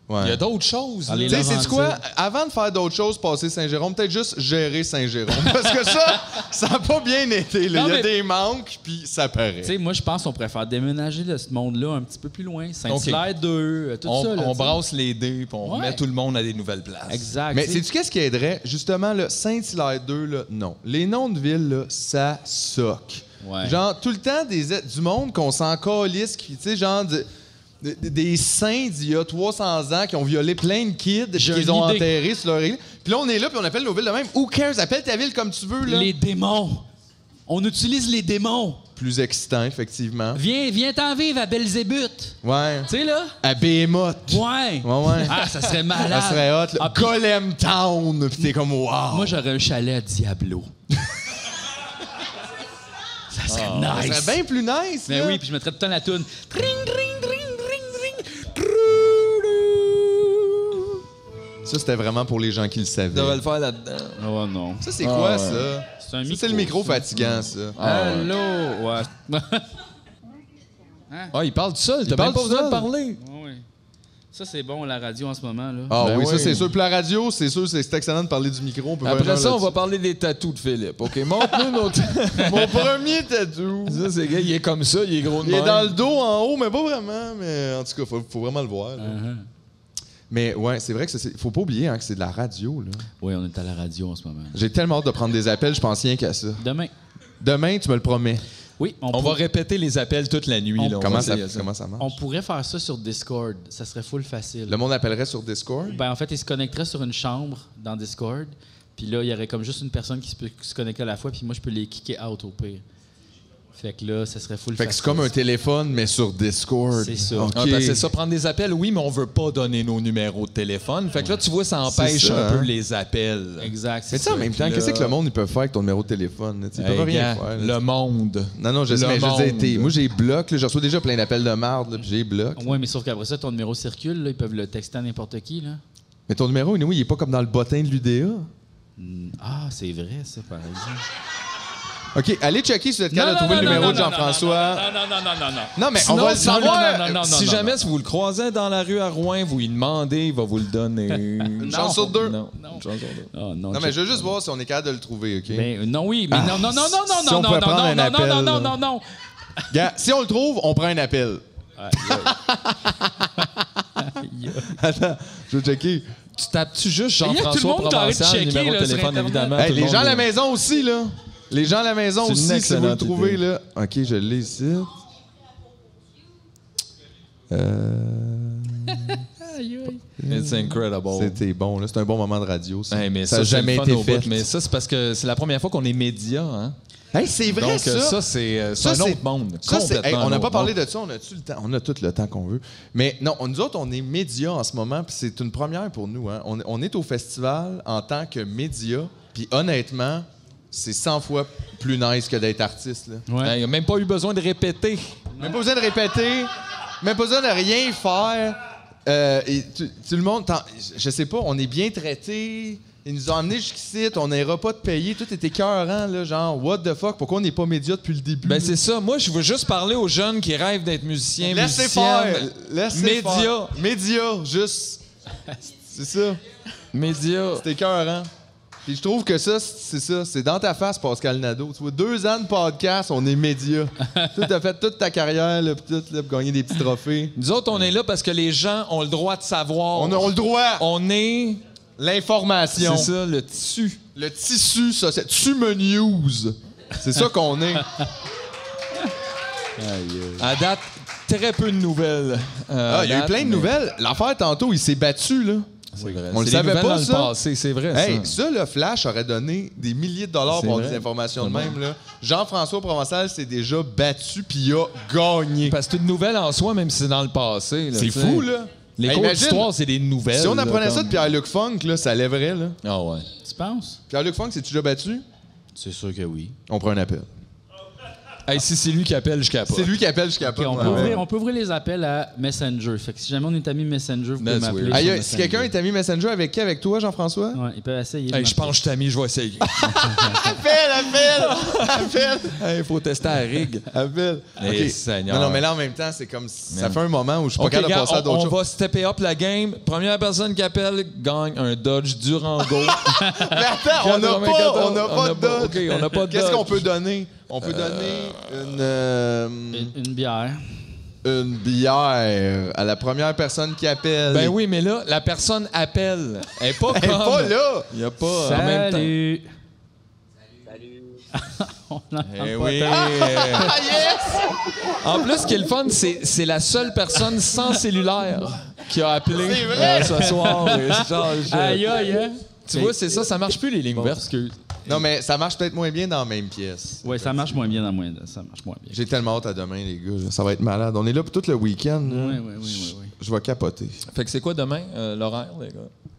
Ouais. Il y a d'autres choses. Allez, là. Tu sais, Laurentides. c'est quoi? Avant de faire d'autres choses, passer Saint-Jérôme, peut-être juste gérer Saint-Jérôme. Parce que ça, ça n'a pas bien été. là. Non, Il y a mais- des manques, puis ça paraît. Tu sais, moi, je pense qu'on préfère déménager de ce monde-là un petit peu plus loin. Saint-Hilaire 2, euh, tout on, ça. là, on tu sais. brasse les dés, puis on Ouais. met tout le monde à des nouvelles places. Exact. Mais tu sais. sais-tu qu'est-ce qui aiderait? Justement, le Saint-Hilaire 2, là, non. Les noms de villes, là, ça soque. Ouais. Genre, tout le temps, des, du monde qu'on s'en calisse, qui, tu sais, genre... du- des- des saints d'il y a 300 ans qui ont violé plein de kids, puis J'ai qu'ils une ont idée. enterrés sur leur île. Puis là, on est là, puis on appelle nos villes de même. Who cares? Appelle ta ville comme tu veux, là. Les démons. On utilise les démons. plus excitant, effectivement. Viens, viens t'en vivre à Belzébuth. Ouais. Tu sais, là? À Behemoth. Ouais. Ouais, ouais. Ah, ça serait malade. Ça serait hot. là. Ah, puis- Golem Town. Puis t'es comme, wow. Moi, j'aurais un chalet à Diablo. ça serait nice. Ah, ça serait bien plus nice. Mais là. oui, puis je mettrais tout le temps la toune. Tring, tring, tring, tring, tring. Ça, c'était vraiment pour les gens qui le Je devrais savaient. le faire là-dedans. Oh non. Ça, c'est Ah, quoi, ouais. ça? C'est un Ça, micro, C'est le micro ça. fatigant, ça. Allô? Ouais. Ah, il parle tout seul. T'as parle même pas tout besoin de seul. parler. Ouais. Ça, c'est bon, la radio en ce moment, là. Ah Ben oui, ça oui. c'est sûr. Puis la radio, c'est sûr, c'est c'est excellent de parler du micro. On peut faire Après genre ça, on va là-dessus. parler des tatous de Philippe. OK, montre-nous nos tatous. Mon premier tatou. Ça, c'est gars, il est comme ça, il est gros de Il est même. dans le dos en haut, mais pas vraiment. Mais en tout cas, faut, faut vraiment le voir. là. Uh-huh. Mais ouais, c'est vrai que ça, c'est- faut pas oublier hein, que c'est de la radio. là. Oui, on est à la radio en ce moment. J'ai tellement hâte de prendre des appels, je pense rien qu'à ça. Demain. Demain, tu me le promets. Oui, on, On pour- va répéter les appels toute la nuit. On- là, on Comment va ça, essayer comment ça marche? on pourrait faire ça sur Discord. Ça serait full facile. Le monde appellerait sur Discord. Ben, en fait, ils se connecteraient sur une chambre dans Discord. Puis là, il y aurait comme juste une personne qui se, peut- qui se connecte à la fois. Puis moi, je peux les kicker out au pire. Fait que là, ça serait full Fait que facile. c'est comme un téléphone, mais sur Discord. C'est ça. OK. Ah, ben, c'est ça, prendre des appels, oui, mais on veut pas donner nos numéros de téléphone. Fait que là, tu vois, ça empêche C'est ça, un peu hein. les appels. Exact. Mais c'est tu sais, en ça. même temps, Puis qu'est-ce là- que le monde ils peut faire avec ton numéro de téléphone? là? Tu sais, Ils Hey, peuvent gars, rien faire. là. le monde. Non, non, je sais, Le mais je veux dire, monde. t'es- moi, j'ai bloque. là, Je reçois déjà plein d'appels de marde, là, puis j'ai bloque. Ouais, mais sauf qu'après ça, ton numéro circule. là, ils peuvent le texter à n'importe qui. Là. Mais ton numéro, anyway, il est pas comme dans le bottin de l'UDA. Ah, c'est vrai, ça, par exemple. OK, allez checker si vous êtes Non, capable de non, trouver non, le numéro non, de non, non, Jean-François. Non, non, non, non, non, non. non. Non, mais Sinon, on va le sinon, savoir. non, non, non, si jamais si vous le croisez dans la rue à Rouen, vous lui demandez, il va vous le donner. Une chance sur deux. Non, une chance sur deux. Ah, non, Non, mais je veux juste voir si on est capable de le trouver, OK? Ben, non, oui, mais Ah, non, non, non, non, non, si non, on non, pouvait non, prendre non, un non, appel, non, non, là. non, non. Gars, si on le trouve, on prend un appel. Attends, je veux checker. Tu tapes-tu juste Il y a tout le Jean-François monde qui a arrête de Provençal, checker, numéro de là, sur téléphone, Internet. évidemment. Hey, Ah, tout le les monde gens à le- la maison aussi, là. Les gens à la maison C'est une aussi, si vous le excellente trouvez, idée. là. OK, je l'ai ici. Euh, It's incredible. C'était bon, là. C'était un bon moment de radio. Ça Oh. Hey, mais Ça a c'est jamais le fun été au bout, fait. mais ça, c'est parce que c'est la première fois qu'on est média. Hein? Hey, c'est vrai, Donc, ça. euh, ça, c'est euh, c'est Ça, un c'est- autre monde. Ça, c'est- Complètement hey, on un n'a pas autre parlé monde. de ça, on a le temps? On a tout le temps qu'on veut. Mais non, on- nous autres, on est médias en ce moment, puis c'est une première pour nous. hein. On, on est au festival en tant que médias, puis honnêtement, c'est 100 fois plus nice que d'être artiste. Là. Ouais. Hey, y a même pas eu besoin de répéter. Même pas besoin de répéter, même pas besoin de rien faire. Euh, et tu- tout le monde, t'en- je sais pas, on est bien traité. Ils nous ont emmenés jusqu'ici, on n'ira pas de payer. Tout était écœurant, là, genre, what the fuck, pourquoi on n'est pas médias depuis le début? Ben, c'est ça. Moi, je veux juste parler aux jeunes qui rêvent d'être musiciens, Laissez musiciennes. faire. Laissez Média. faire. Média, juste. C'est ça. Média. C'est écœurant. hein? Puis je trouve que ça, c'est ça. C'est dans ta face, Pascal Nadeau. Tu vois, deux ans de podcast, on est média. tu as fait toute ta carrière, là, puis tout, là, pour gagner des petits trophées. Nous autres, on est là parce que les gens ont le droit de savoir. On a, on a le droit. On est... L'information. C'est ça, le tissu. Le tissu, ça, c'est Tume News. C'est ça qu'on est. À date, très peu de nouvelles. euh, Ah, à il y a eu date, plein de mais nouvelles. L'affaire, tantôt, il s'est battu, là. C'est vrai. On le C'est savait des nouvelles pas, dans le ça. passé, c'est vrai, Hey, ça. ça, le Flash aurait donné des milliers de dollars C'est pour vrai. des informations de même. là. Jean-François Provençal s'est déjà battu puis il a gagné. Parce que c'est une nouvelle en soi, même si c'est dans le passé. là, C'est tu sais. fou, là. Les Hey, cours imagine, d'histoire, c'est des nouvelles. Si on là, apprenait ça comme- de Pierre-Luc Funk, là, ça lèverait. Là. Ah ouais. Tu penses? Pierre-Luc Funk, c'est-tu déjà battu? C'est sûr que oui. On prend un appel. Hey, si c'est lui qui appelle, je capote. C'est lui qui appelle jusqu'à Ah Puis on, peut ouvrir, on peut ouvrir les appels à Messenger. Fait que si jamais on est amis Messenger, vous pouvez That's m'appeler. weird. sur Aïe, aïe, si Messenger. quelqu'un est ami Messenger avec qui? Avec toi, Jean-François? Ouais, ils peuvent essayer. de Hey, je m'appeler. pense que je t'ai mis, je vais essayer. Appelle, appelle! appelle! hey, faut tester la rig. Appelle. Eh, Ok. Seigneur. Non, non, mais là, en même temps, c'est comme... si- Ça Man. fait un moment où je suis Ok, pas capable de gars, passer à on, d'autres on choses. va stepper up la game. Première personne qui appelle gagne un Dodge Durango. Mais attends, on n'a pas, on n'a pas pas- de Dodge. ok, on n'a pas de Qu'est-ce qu'on Dodge. peut donner? On peut donner une, euh, Une, une bière. une bière à la première personne qui appelle. Ben oui, mais là, la personne appelle. Elle n'est pas Elle est comme- pas là! Il n'y a pas Oh, en même temps. Salut! on l'entend Eh pas oui. tant. Ah yes! En plus, ce qui est le fun, c'est c'est la seule personne sans cellulaire qui a appelé C'est vrai. euh, ce soir. Et genre, je- Aïe, aïe, hein? Tu vois, c'est ça, ça marche plus les lignes vertes. Non, mais ça marche peut-être moins bien dans la même pièce. Ouais, ça marche moins bien dans moins. Ça marche moins bien. J'ai tellement hâte à demain, les gars. Ça va être malade. On est là pour tout le week-end. là. Ouais, ouais, ouais, ouais, ouais. Je vais capoter. Fait que c'est quoi demain, euh, l'horaire, les gars?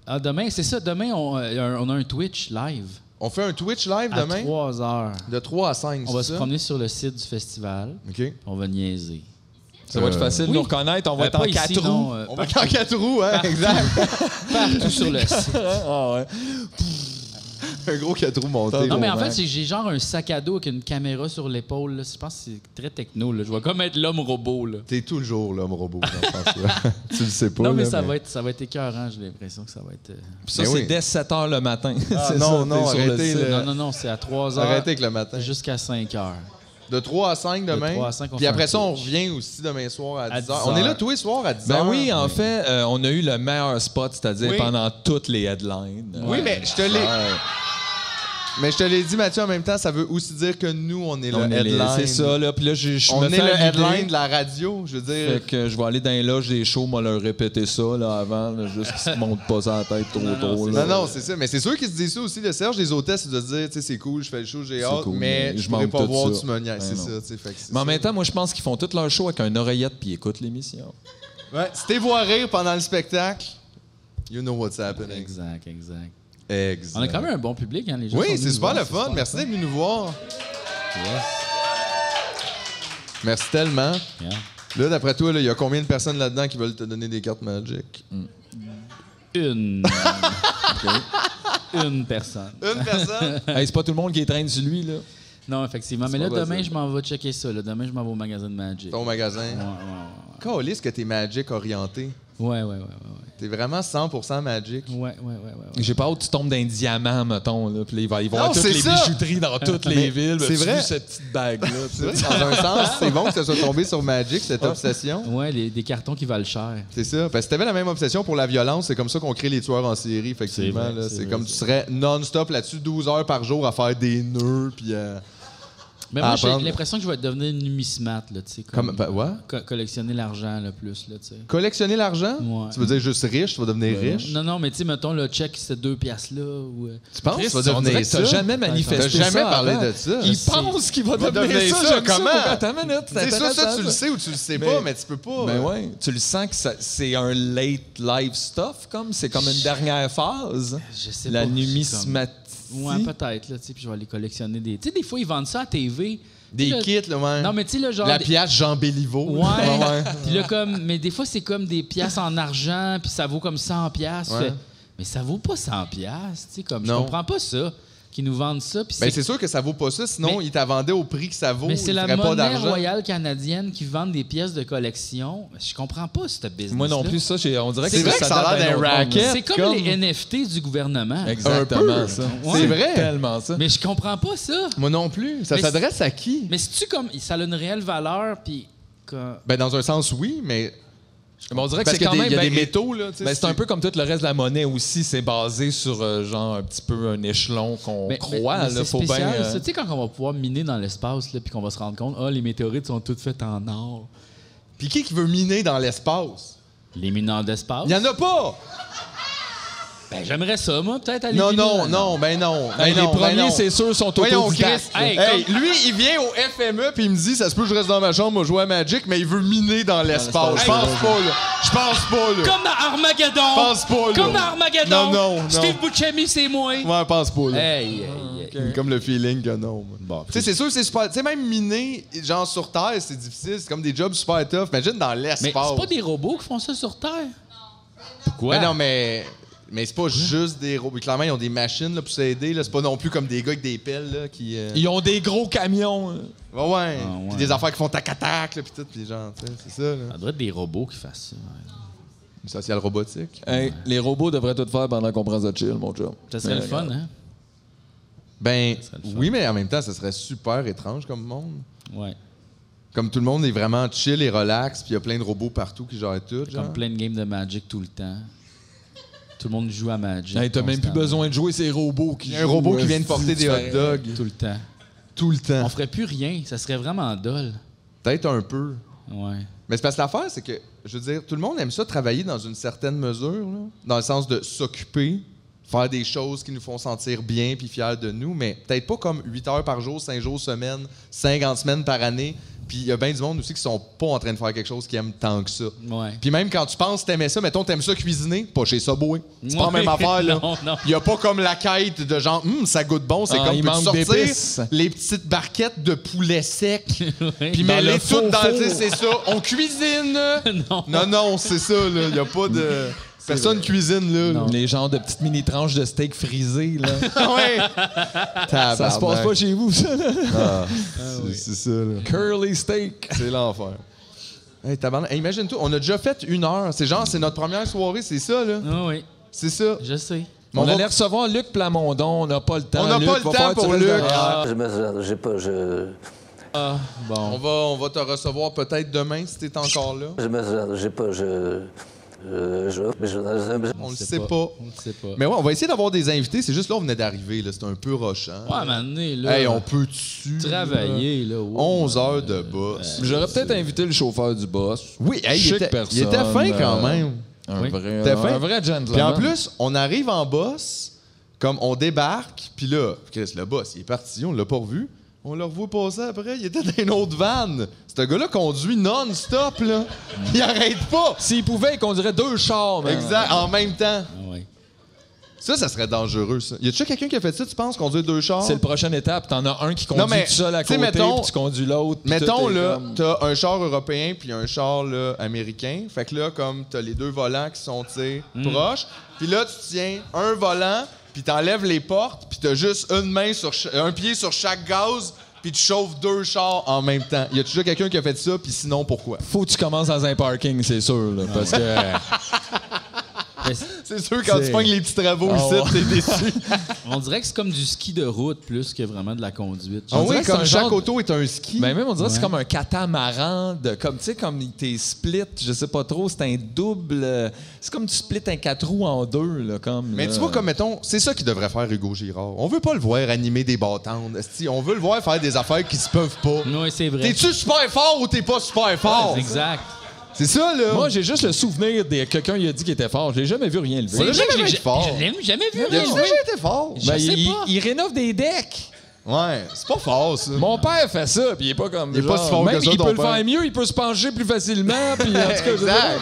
Ah, demain, c'est ça. Demain, on, euh, on a un Twitch live On fait un Twitch live à demain? 3 heures. De 3 à 5, On c'est va ça? se promener Euh, sur le site du festival. OK. On va niaiser. Ça va être Euh, facile de oui. nous reconnaître. On va Euh, être en pas ici, quatre non, roues. euh, On va être en 4 roues, hein? Exact. partout sur le site. Ah ouais. un gros 4 roues monté. Non, là. mais en fait, c'est que j'ai genre un sac à dos avec une caméra sur l'épaule. là. Je pense que c'est très techno. là. Je vais comme être l'homme robot. Là. T'es toujours l'homme robot, dans ce sens-là. tu le sais pas. non, mais, là, ça, Va être, ça va être écœurant. J'ai l'impression que ça va être. euh, Puis ça, Ben c'est oui. Ah, dès 7 h le matin. C'est non, ça, non, t'es sur le arrêtez, site. là. Euh, Non, non, non, c'est à 3 heures. Arrêtez avec le matin. Jusqu'à 5 heures. De 3 à 5 demain. 3 à 5, on Puis fait après un ça, on Twitch. revient aussi demain soir à À 10h. On 10 est là heures. tous les soirs à 10h. Ben oui, en fait, euh, on a eu le meilleur spot, c'est-à-dire Oui. pendant toutes les headlines. Oui, mais je te l'ai. Mais je te l'ai dit, Mathieu, en même temps, ça veut aussi dire que nous, on est On le est les- headline. C'est ça, là. Puis là, je, je On me est fais le à l'idée. headline de la radio. Je veux dire, Fait que je vais aller dans les loges des shows, moi leur répéter ça là, avant, là, juste qu'ils se montent pas ça la tête trop trop. là. Non, non, c'est ça. Mais c'est sûr qu'ils se disent ça aussi, le Serge, les hôtesses, de se dire, tu sais, c'est cool, je fais le show, j'ai C'est hâte, cool, mais mais je je pourrais manque pas tout voir, ça. tu me niaises, Ben c'est non. ça, tu sais. fait que c'est Mais en ça. même temps, moi je pense qu'ils font tout leur show avec une oreillette puis ils écoutent l'émission. Ouais, si t'es voir rire pendant le spectacle, you know what's happening. Exact, exact. Exact. On a quand même un bon public, hein, les gens. sont Oui, venus c'est nous super voir, le c'est fun. super Merci d'être venu nous voir. Merci tellement. Yeah. Là, d'après toi, là, il y a combien de personnes là-dedans qui veulent te donner des cartes Magic? Une. Une personne. Une personne? hey, c'est pas tout le monde qui traîne sur lui là. Non, effectivement. Mais là, pas possible. demain, je m'en vais checker ça. là. Demain, je m'en vais au magasin de Magic. Ton magasin. Calisse que t'es Magic orienté. Ouais, ouais, ouais, ouais. ouais. T'es vraiment 100% Magic. Ouais, ouais, ouais, ouais, ouais. J'ai pas hâte que tu tombes d'un diamant mettons là, puis là, ils vont ils vont Non, à toutes c'est les ça! bijouteries dans toutes les villes. c'est As-tu vrai. vu cette petite bague là. C'est vrai que dans un sens, c'est bon que ça soit tombé sur Magic, cette obsession. Ouais, les- des cartons qui valent cher. C'est ça. Parce que si t'avais la même obsession pour la violence, c'est comme ça qu'on crée les tueurs en série, effectivement. C'est vrai, là. c'est C'est vrai, comme c'est tu serais non-stop là-dessus 12 heures par jour à faire des nœuds, puis à... Mais À Ben, moi, j'ai apprendre. l'impression que je vais devenir numismate, là, tu sais. Comme, ben, ouais. co- collectionner l'argent, le plus, là, tu sais. Collectionner l'argent? Ouais. Ben, Tu veux dire juste riche, tu vas devenir riche? Non, non, mais tu sais, mettons, le check, ces deux pièces-là. Ou... euh, Tu penses que tu vas on dirait devenir que ça? t'as jamais T'as manifesté ça. jamais parlé avant. de ça. Il sais. pense qu'il va va devenir devenir ça. ça, j'aime ça, comment? pourquoi? Attends une minute, C'est ça, ça, tu le sais ou tu le sais pas, Mais- mais tu peux pas. Ben euh, ouais, tu le sens que ça- c'est un late life stuff, comme c'est comme une dernière phase. Je sais La pas, numismatique. Ouais, peut-être, là, tu sais, puis je vais aller collectionner des. Tu sais, des fois, ils vendent ça à TV. Des Tu sais, kits, là, ouais. Non, mais tu sais, le genre. La des- pièce Jean Béliveau. Ouais. Puis là, comme. Mais des fois, c'est comme des pièces en argent, puis ça vaut comme 100 pièces. Ouais. Mais ça vaut pas 100 pièces, tu sais, comme. Non. Je comprends pas ça, qu'ils nous vendent ça. Puis Ben, c'est c'est sûr que ça vaut pas ça, sinon Mais- ils t'avendaient au prix que ça vaut. Mais c'est ils la feraient pas monnaie d'argent. royale canadienne qui vend des pièces de collection. Je comprends pas ce business. Moi non plus, ça, j'ai- on dirait que C'est vrai que ça a date l'air d'un autre monde, racket. C'est comme, Comme- les NFT du gouvernement. là. Exactement Un peu. ça. C'est vrai. Tellement ça. Mais je comprends pas ça. Moi non plus. Ça Mais s'adresse à qui? Mais si tu comme ça a une réelle valeur puis que- Ben, dans un sens, oui, mais. Mais on dirait que c'est Parce qu'il y a quand des- même. il y a des ben, métaux, là. tu sais, ben, c'est un peu comme tout le reste de la monnaie aussi, c'est basé sur euh, genre un petit peu un échelon qu'on Mais- mais- croit. mais là, c'est faut spécial, bien, euh, ça. Tu sais quand on va pouvoir miner dans l'espace là puis qu'on va se rendre compte ah les météorites sont toutes faites en or. Puis qui qui veut miner dans l'espace? Les mineurs d'espace. Il y en a pas! Ben, j'aimerais ça moi peut-être aller Non, miner non, dans- non, ben non. ben, Ben non, les ben premiers, non. c'est sûr, sont Voyons, autodidactes. Chris. Hey, Hey, lui, il vient au FME puis il me dit ça se peut que je reste dans ma chambre, moi jouer à Magic, mais il veut miner dans l'espace. Je l'espace. pense pas, là. Je pense pas, là. Comme dans Armageddon. Pense pas, là. Comme dans Armageddon. Non, non, non. Steve Buscemi c'est moi. Ouais, je pense pas, là. Hey, hey, hey. Comme le feeling que non. moi. tu sais, c'est sûr, c'est super. Tu sais, même miner, genre sur Terre, c'est difficile. C'est comme des jobs super tough. Imagine dans l'espace. Mais c'est pas des robots qui font ça sur Terre. Ben non, mais. Mais c'est pas juste des robots. Clairement, ils ont des machines là, pour s'aider. là. C'est pas non plus comme des gars avec des pelles là, qui. euh, Ils ont des gros camions. là. Ouais, ouais. Puis Ah, ouais. des affaires qui font tac-tac, là, puis tout. Puis genre, tu sais, c'est ça, là. Ça devrait être des robots qui fassent ça. Une sociale robotique. Hey, les robots devraient tout faire pendant qu'on prend ça chill, mon chum. Ça serait Mais le fun, hein? Ben, serait le fun. oui, mais en même temps, ça serait super étrange comme monde. Ouais. Comme tout le monde est vraiment chill et relax, puis il y a plein de robots partout qui gèrent tout. Genre. Comme plein de games de Magic tout le temps. Tout le monde joue à Magic. Hey, t'as même plus constamment. besoin de jouer ces robots qui Il y a un robot jouent, qui vient de euh, porter des hot dogs Tout le temps. tout le temps. On ferait plus rien. Ça serait vraiment dole. Peut-être un peu. Ouais. Mais c'est parce que l'affaire, c'est que, je veux dire, tout le monde aime ça travailler dans une certaine mesure, là, dans le sens de s'occuper. faire des choses qui nous font sentir bien puis fiers de nous, mais peut-être pas comme 8 heures par jour, 5 jours semaine, 50 semaines par année. Puis il y a bien du monde aussi qui sont pas en train de faire quelque chose qu'ils aiment tant que ça. Puis même quand tu penses que t'aimais ça, mettons, t'aimes ça cuisiner, pas chez Subway. C'est pas la même Ouais. affaire, là. Non, non. Il y a pas comme la quête de genre, Hum, ça goûte bon, c'est Ah, comme il peux-tu manque d'épices. sortir les petites barquettes de poulet sec. Puis Dans le mets-les toutes faux dans four. le. C'est ça, on cuisine. non, non, c'est ça, là. Il y a pas de. Personne cuisine, là. là. Les genres de petites mini tranches de steak frisé, là. Ah ouais. ça se passe Tabarnak. pas chez vous, ça. là. C'est- C'est ça, là. Curly steak. C'est l'enfer. Hey, tabarnak. Hey, Imagine-toi, on a déjà fait une heure. C'est genre, c'est notre première soirée, c'est ça, là. Ah oui, C'est ça. je sais. On, va- allait recevoir Luc Plamondon, on n'a pas le temps. On n'a Luc, pas le va temps falloir que tu pour restes Luc. derrière. J'ai pas, je, on, va, on va te recevoir peut-être demain si t'es encore là. j'ai pas, je, euh, On le sait pas. On le sait pas. Mais ouais, on va essayer d'avoir des invités. C'est juste là, on venait d'arriver. là. C'est un peu rochant. Ouais, à un moment donné, là, Hey, on peut-tu travailler, là. là? ouais. 11 heures de boss. Euh, J'aurais peut-être invité le chauffeur du boss. Oui, hey, il, Chic était, personne, il était fin euh, quand même. Un, Oui. vrai, T'es un, fin? vrai gentleman. Puis en plus, on arrive en boss, comme on débarque, puis là, Chris, le boss, il est parti, on l'a pas revu. On le revoit passer après, il était dans une autre vanne. Ce gars-là conduit non-stop, là. Il arrête pas. s'il pouvait, il conduirait deux chars. man. Exact, en même temps. Ah ouais. Ça, ça serait dangereux, ça. Y a-tu quelqu'un qui a fait ça, tu penses, conduire deux chars? C'est la prochaine étape. T'en as un qui conduit Ah. Non, mais, tout seul à tu sais, côté, mettons- puis tu conduis l'autre. puis Mettons, tout est là, comme- t'as un char européen puis un char là, américain. Fait que là, comme t'as les deux volants qui sont, tu sais, Hmm. proches. Puis là, tu tiens un volant, puis t'enlèves les portes, puis t'as juste une main sur ch- un pied sur chaque gaz, puis tu chauffes deux chars en même temps. Y a toujours quelqu'un qui a fait ça, puis sinon, pourquoi? Faut que tu commences dans un parking, c'est sûr, là, parce que... C'est sûr, quand C'est- tu pognes les petits travaux Ah ici, ouais. t'es déçu. On dirait que c'est comme du ski de route plus que vraiment de la conduite. Ah dirait oui, que c'est comme un chaque genre- auto est un ski. Mais ben, même, on dirait que c'est comme un catamaran de... Comme, tu sais, comme t'es split, je sais pas trop, c'est un double... euh, C'est comme tu splits un quatre roues en deux, là, comme... Mais là. tu vois, comme mettons, c'est ça qu'il devrait faire Hugo Girard. On veut pas le voir animer des bâtandes. esti. On veut le voir faire des affaires qui se peuvent pas. Oui, c'est vrai. T'es-tu super fort ou t'es pas super fort? C'est Exact. C'est ça, là. Moi, j'ai juste le souvenir de quelqu'un qui a dit qu'il était fort. Je l'ai jamais vu rien lever. C'est- jamais Je l'ai- été fort. Je l'ai jamais vu. Il a rien jouer. déjà été fort. Je Ben, sais il, pas. il rénove des decks. Ouais, c'est pas fort, ça. Mon père fait ça, puis il est pas comme. Il est pas genre- si fort que même ça, Il ton peut le père. faire mieux, il peut se pencher plus facilement, puis en tout cas, je sais exact.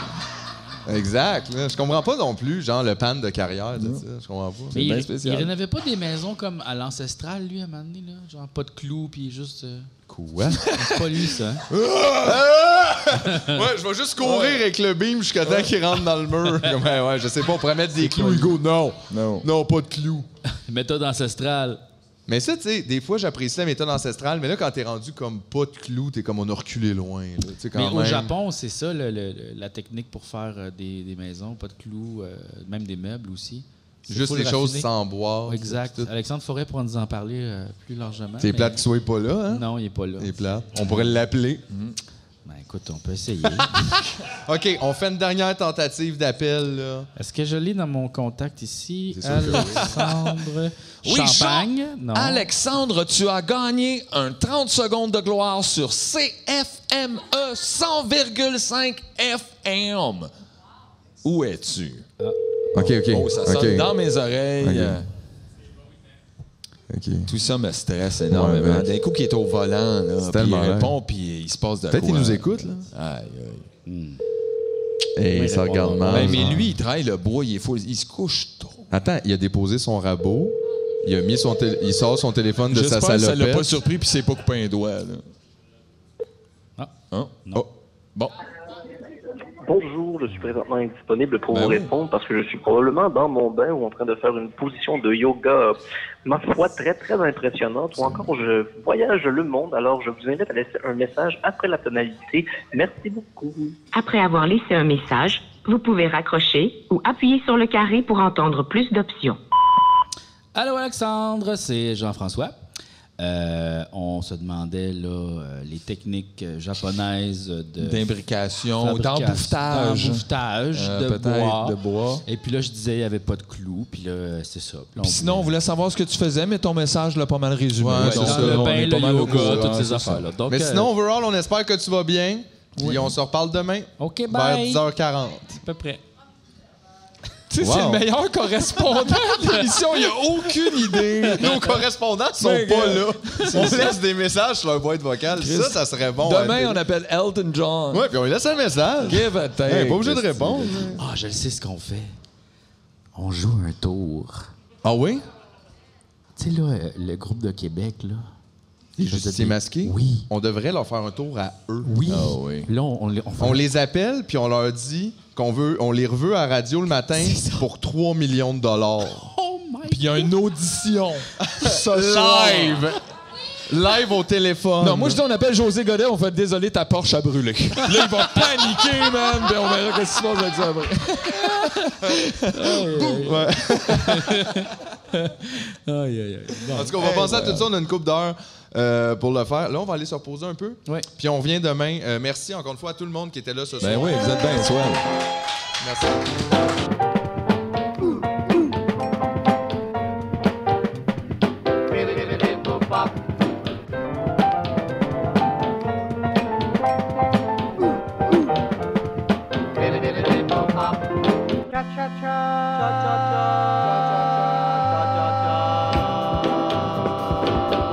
pas. Exact. là. Je comprends pas non plus, genre, le pan de carrière de ça. Je comprends pas. Mais bien il, spécial. il rénovait pas des maisons comme à l'ancestral, lui, à un moment donné, là. Genre pas de clous, puis juste. euh, Quoi? Ah! C'est pas lui, ça. ouais, je vais juste courir avec le beam jusqu'à temps qu'il rentre dans le mur. ouais, ouais, je sais pas, on pourrait mettre des clous, Hugo. Non. Non. Non, pas de clous. Méthode ancestrale. Mais ça, tu sais, des fois, j'apprécie la méthode ancestrale, mais là, quand t'es rendu comme pas de clous, t'es comme on a reculé loin. Là, tu sais, quand Mais au même. Japon, c'est ça le- le- le- la technique pour faire euh, des, des maisons, pas de clous, euh, même des meubles aussi. C'est Juste full les choses raffiné. sans boire. Exact. Ah, tout. Alexandre Forêt pourra nous en parler euh, plus largement. T'es mais- plate qu'il soit pas là, hein? Non, il n'est pas là. T'es plate. On pourrait l'appeler. Ben, écoute, on peut essayer. OK, on fait une dernière tentative d'appel. là. Est-ce que je l'ai dans mon contact ici? C'est sûr que oui. Alexandre Oui, Champagne? Jean- Non. Alexandre, tu as gagné un 30 secondes de gloire sur CFME 100,5 FM. Où es-tu? OK, OK. Oh, ça sonne OK. dans mes oreilles. Ok. Euh, OK. Tout ça me stresse énormément. Ouais, D'un coup, qui est au volant, là, puis il tellement vrai. répond, puis il se passe de quoi. Peut-être qu'il nous écoute, là. Aïe, aïe. Hey, ça regarde mal. Ben, mais lui, il travaille le bois, il est fou, il se couche trop. Attends, il a déposé son rabot. Il a mis son tél- il sort son téléphone de sa J'espère que ça l'a salopette. pas surpris puis c'est pas coupé un doigt. Là. Ah. Hein? Non. Oh. Bon. Bonjour, je suis présentement indisponible pour Ben vous oui. répondre parce que je suis probablement dans mon bain ou en train de faire une position de yoga, euh, ma foi, très très impressionnante. Ou encore, je voyage le monde, alors je vous invite à laisser un message après la tonalité. Merci beaucoup. Après avoir laissé un message, vous pouvez raccrocher ou appuyer sur le carré pour entendre plus d'options. Allô, Alexandre, c'est Jean-François. Euh, on se demandait là, euh, les techniques euh, japonaises Euh, de D'imbrication, fabrication- d'embouffetage. d'embouffetage Euh, de, peut-être bois. de bois. Et puis là, je disais, il n'y avait pas de clous. Puis là, euh, c'est ça. Puis là, Puis sinon, on voulait savoir ce que tu faisais, mais ton message l'a pas mal résumé. euh, Ouais, dans c'est ça, le on bain, est pas le mal au yoga, courant, toutes c'est ces ça. affaires-là. Donc, Mais euh, sinon, overall, on espère que tu vas bien. Puis on se reparle demain. OK, Vers bye. 10h40. à peu près. Tu sais, c'est Wow. le meilleur correspondant de l'émission. Il n'y a aucune idée. Nos correspondants sont Mais, pas euh, là. c'est On ça. laisse des messages sur leur boîte vocale. Chris, Ça, ça serait bon. Demain, on appelle Elton John. Ouais, puis on lui laisse un message. Give a On take. est pas obligé de répondre. Ah, je le sais ce qu'on fait. On joue un tour. Ah oui? Tu sais, là, euh, le groupe de Québec, là. Les justiciers masqués? Oui. On devrait leur faire un tour à eux. Oui. Ah oui. Là, on, on, les- on fait- On les appelle, puis on leur dit qu'on veut, on les reveut à la radio le matin pour 3 millions de dollars. Oh my Puis il y a une audition. Ce soir. Live! Live au téléphone. Non, moi, je dis, on appelle José Godet, on fait désolé, ta Porsche a brûlé. là, il va paniquer, man. Ben, on verra qu'est-ce qui se passe avec ça après. Ouais. Aïe, aïe, aïe. Bon. En tout cas, on va penser à tout ça. On a une coupe d'heure euh, pour le faire. Là, on va aller se reposer un peu. Ouais. Puis on revient demain. Euh, merci encore une fois à tout le monde qui était là ce soir. Ben oui, vous êtes bien swell. Merci.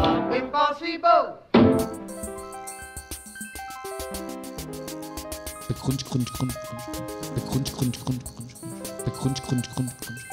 Impossible! Crunch, crunch, crunch, crunch. Crunch, crunch, crunch, crunch. Crunch, crunch, crunch, crunch.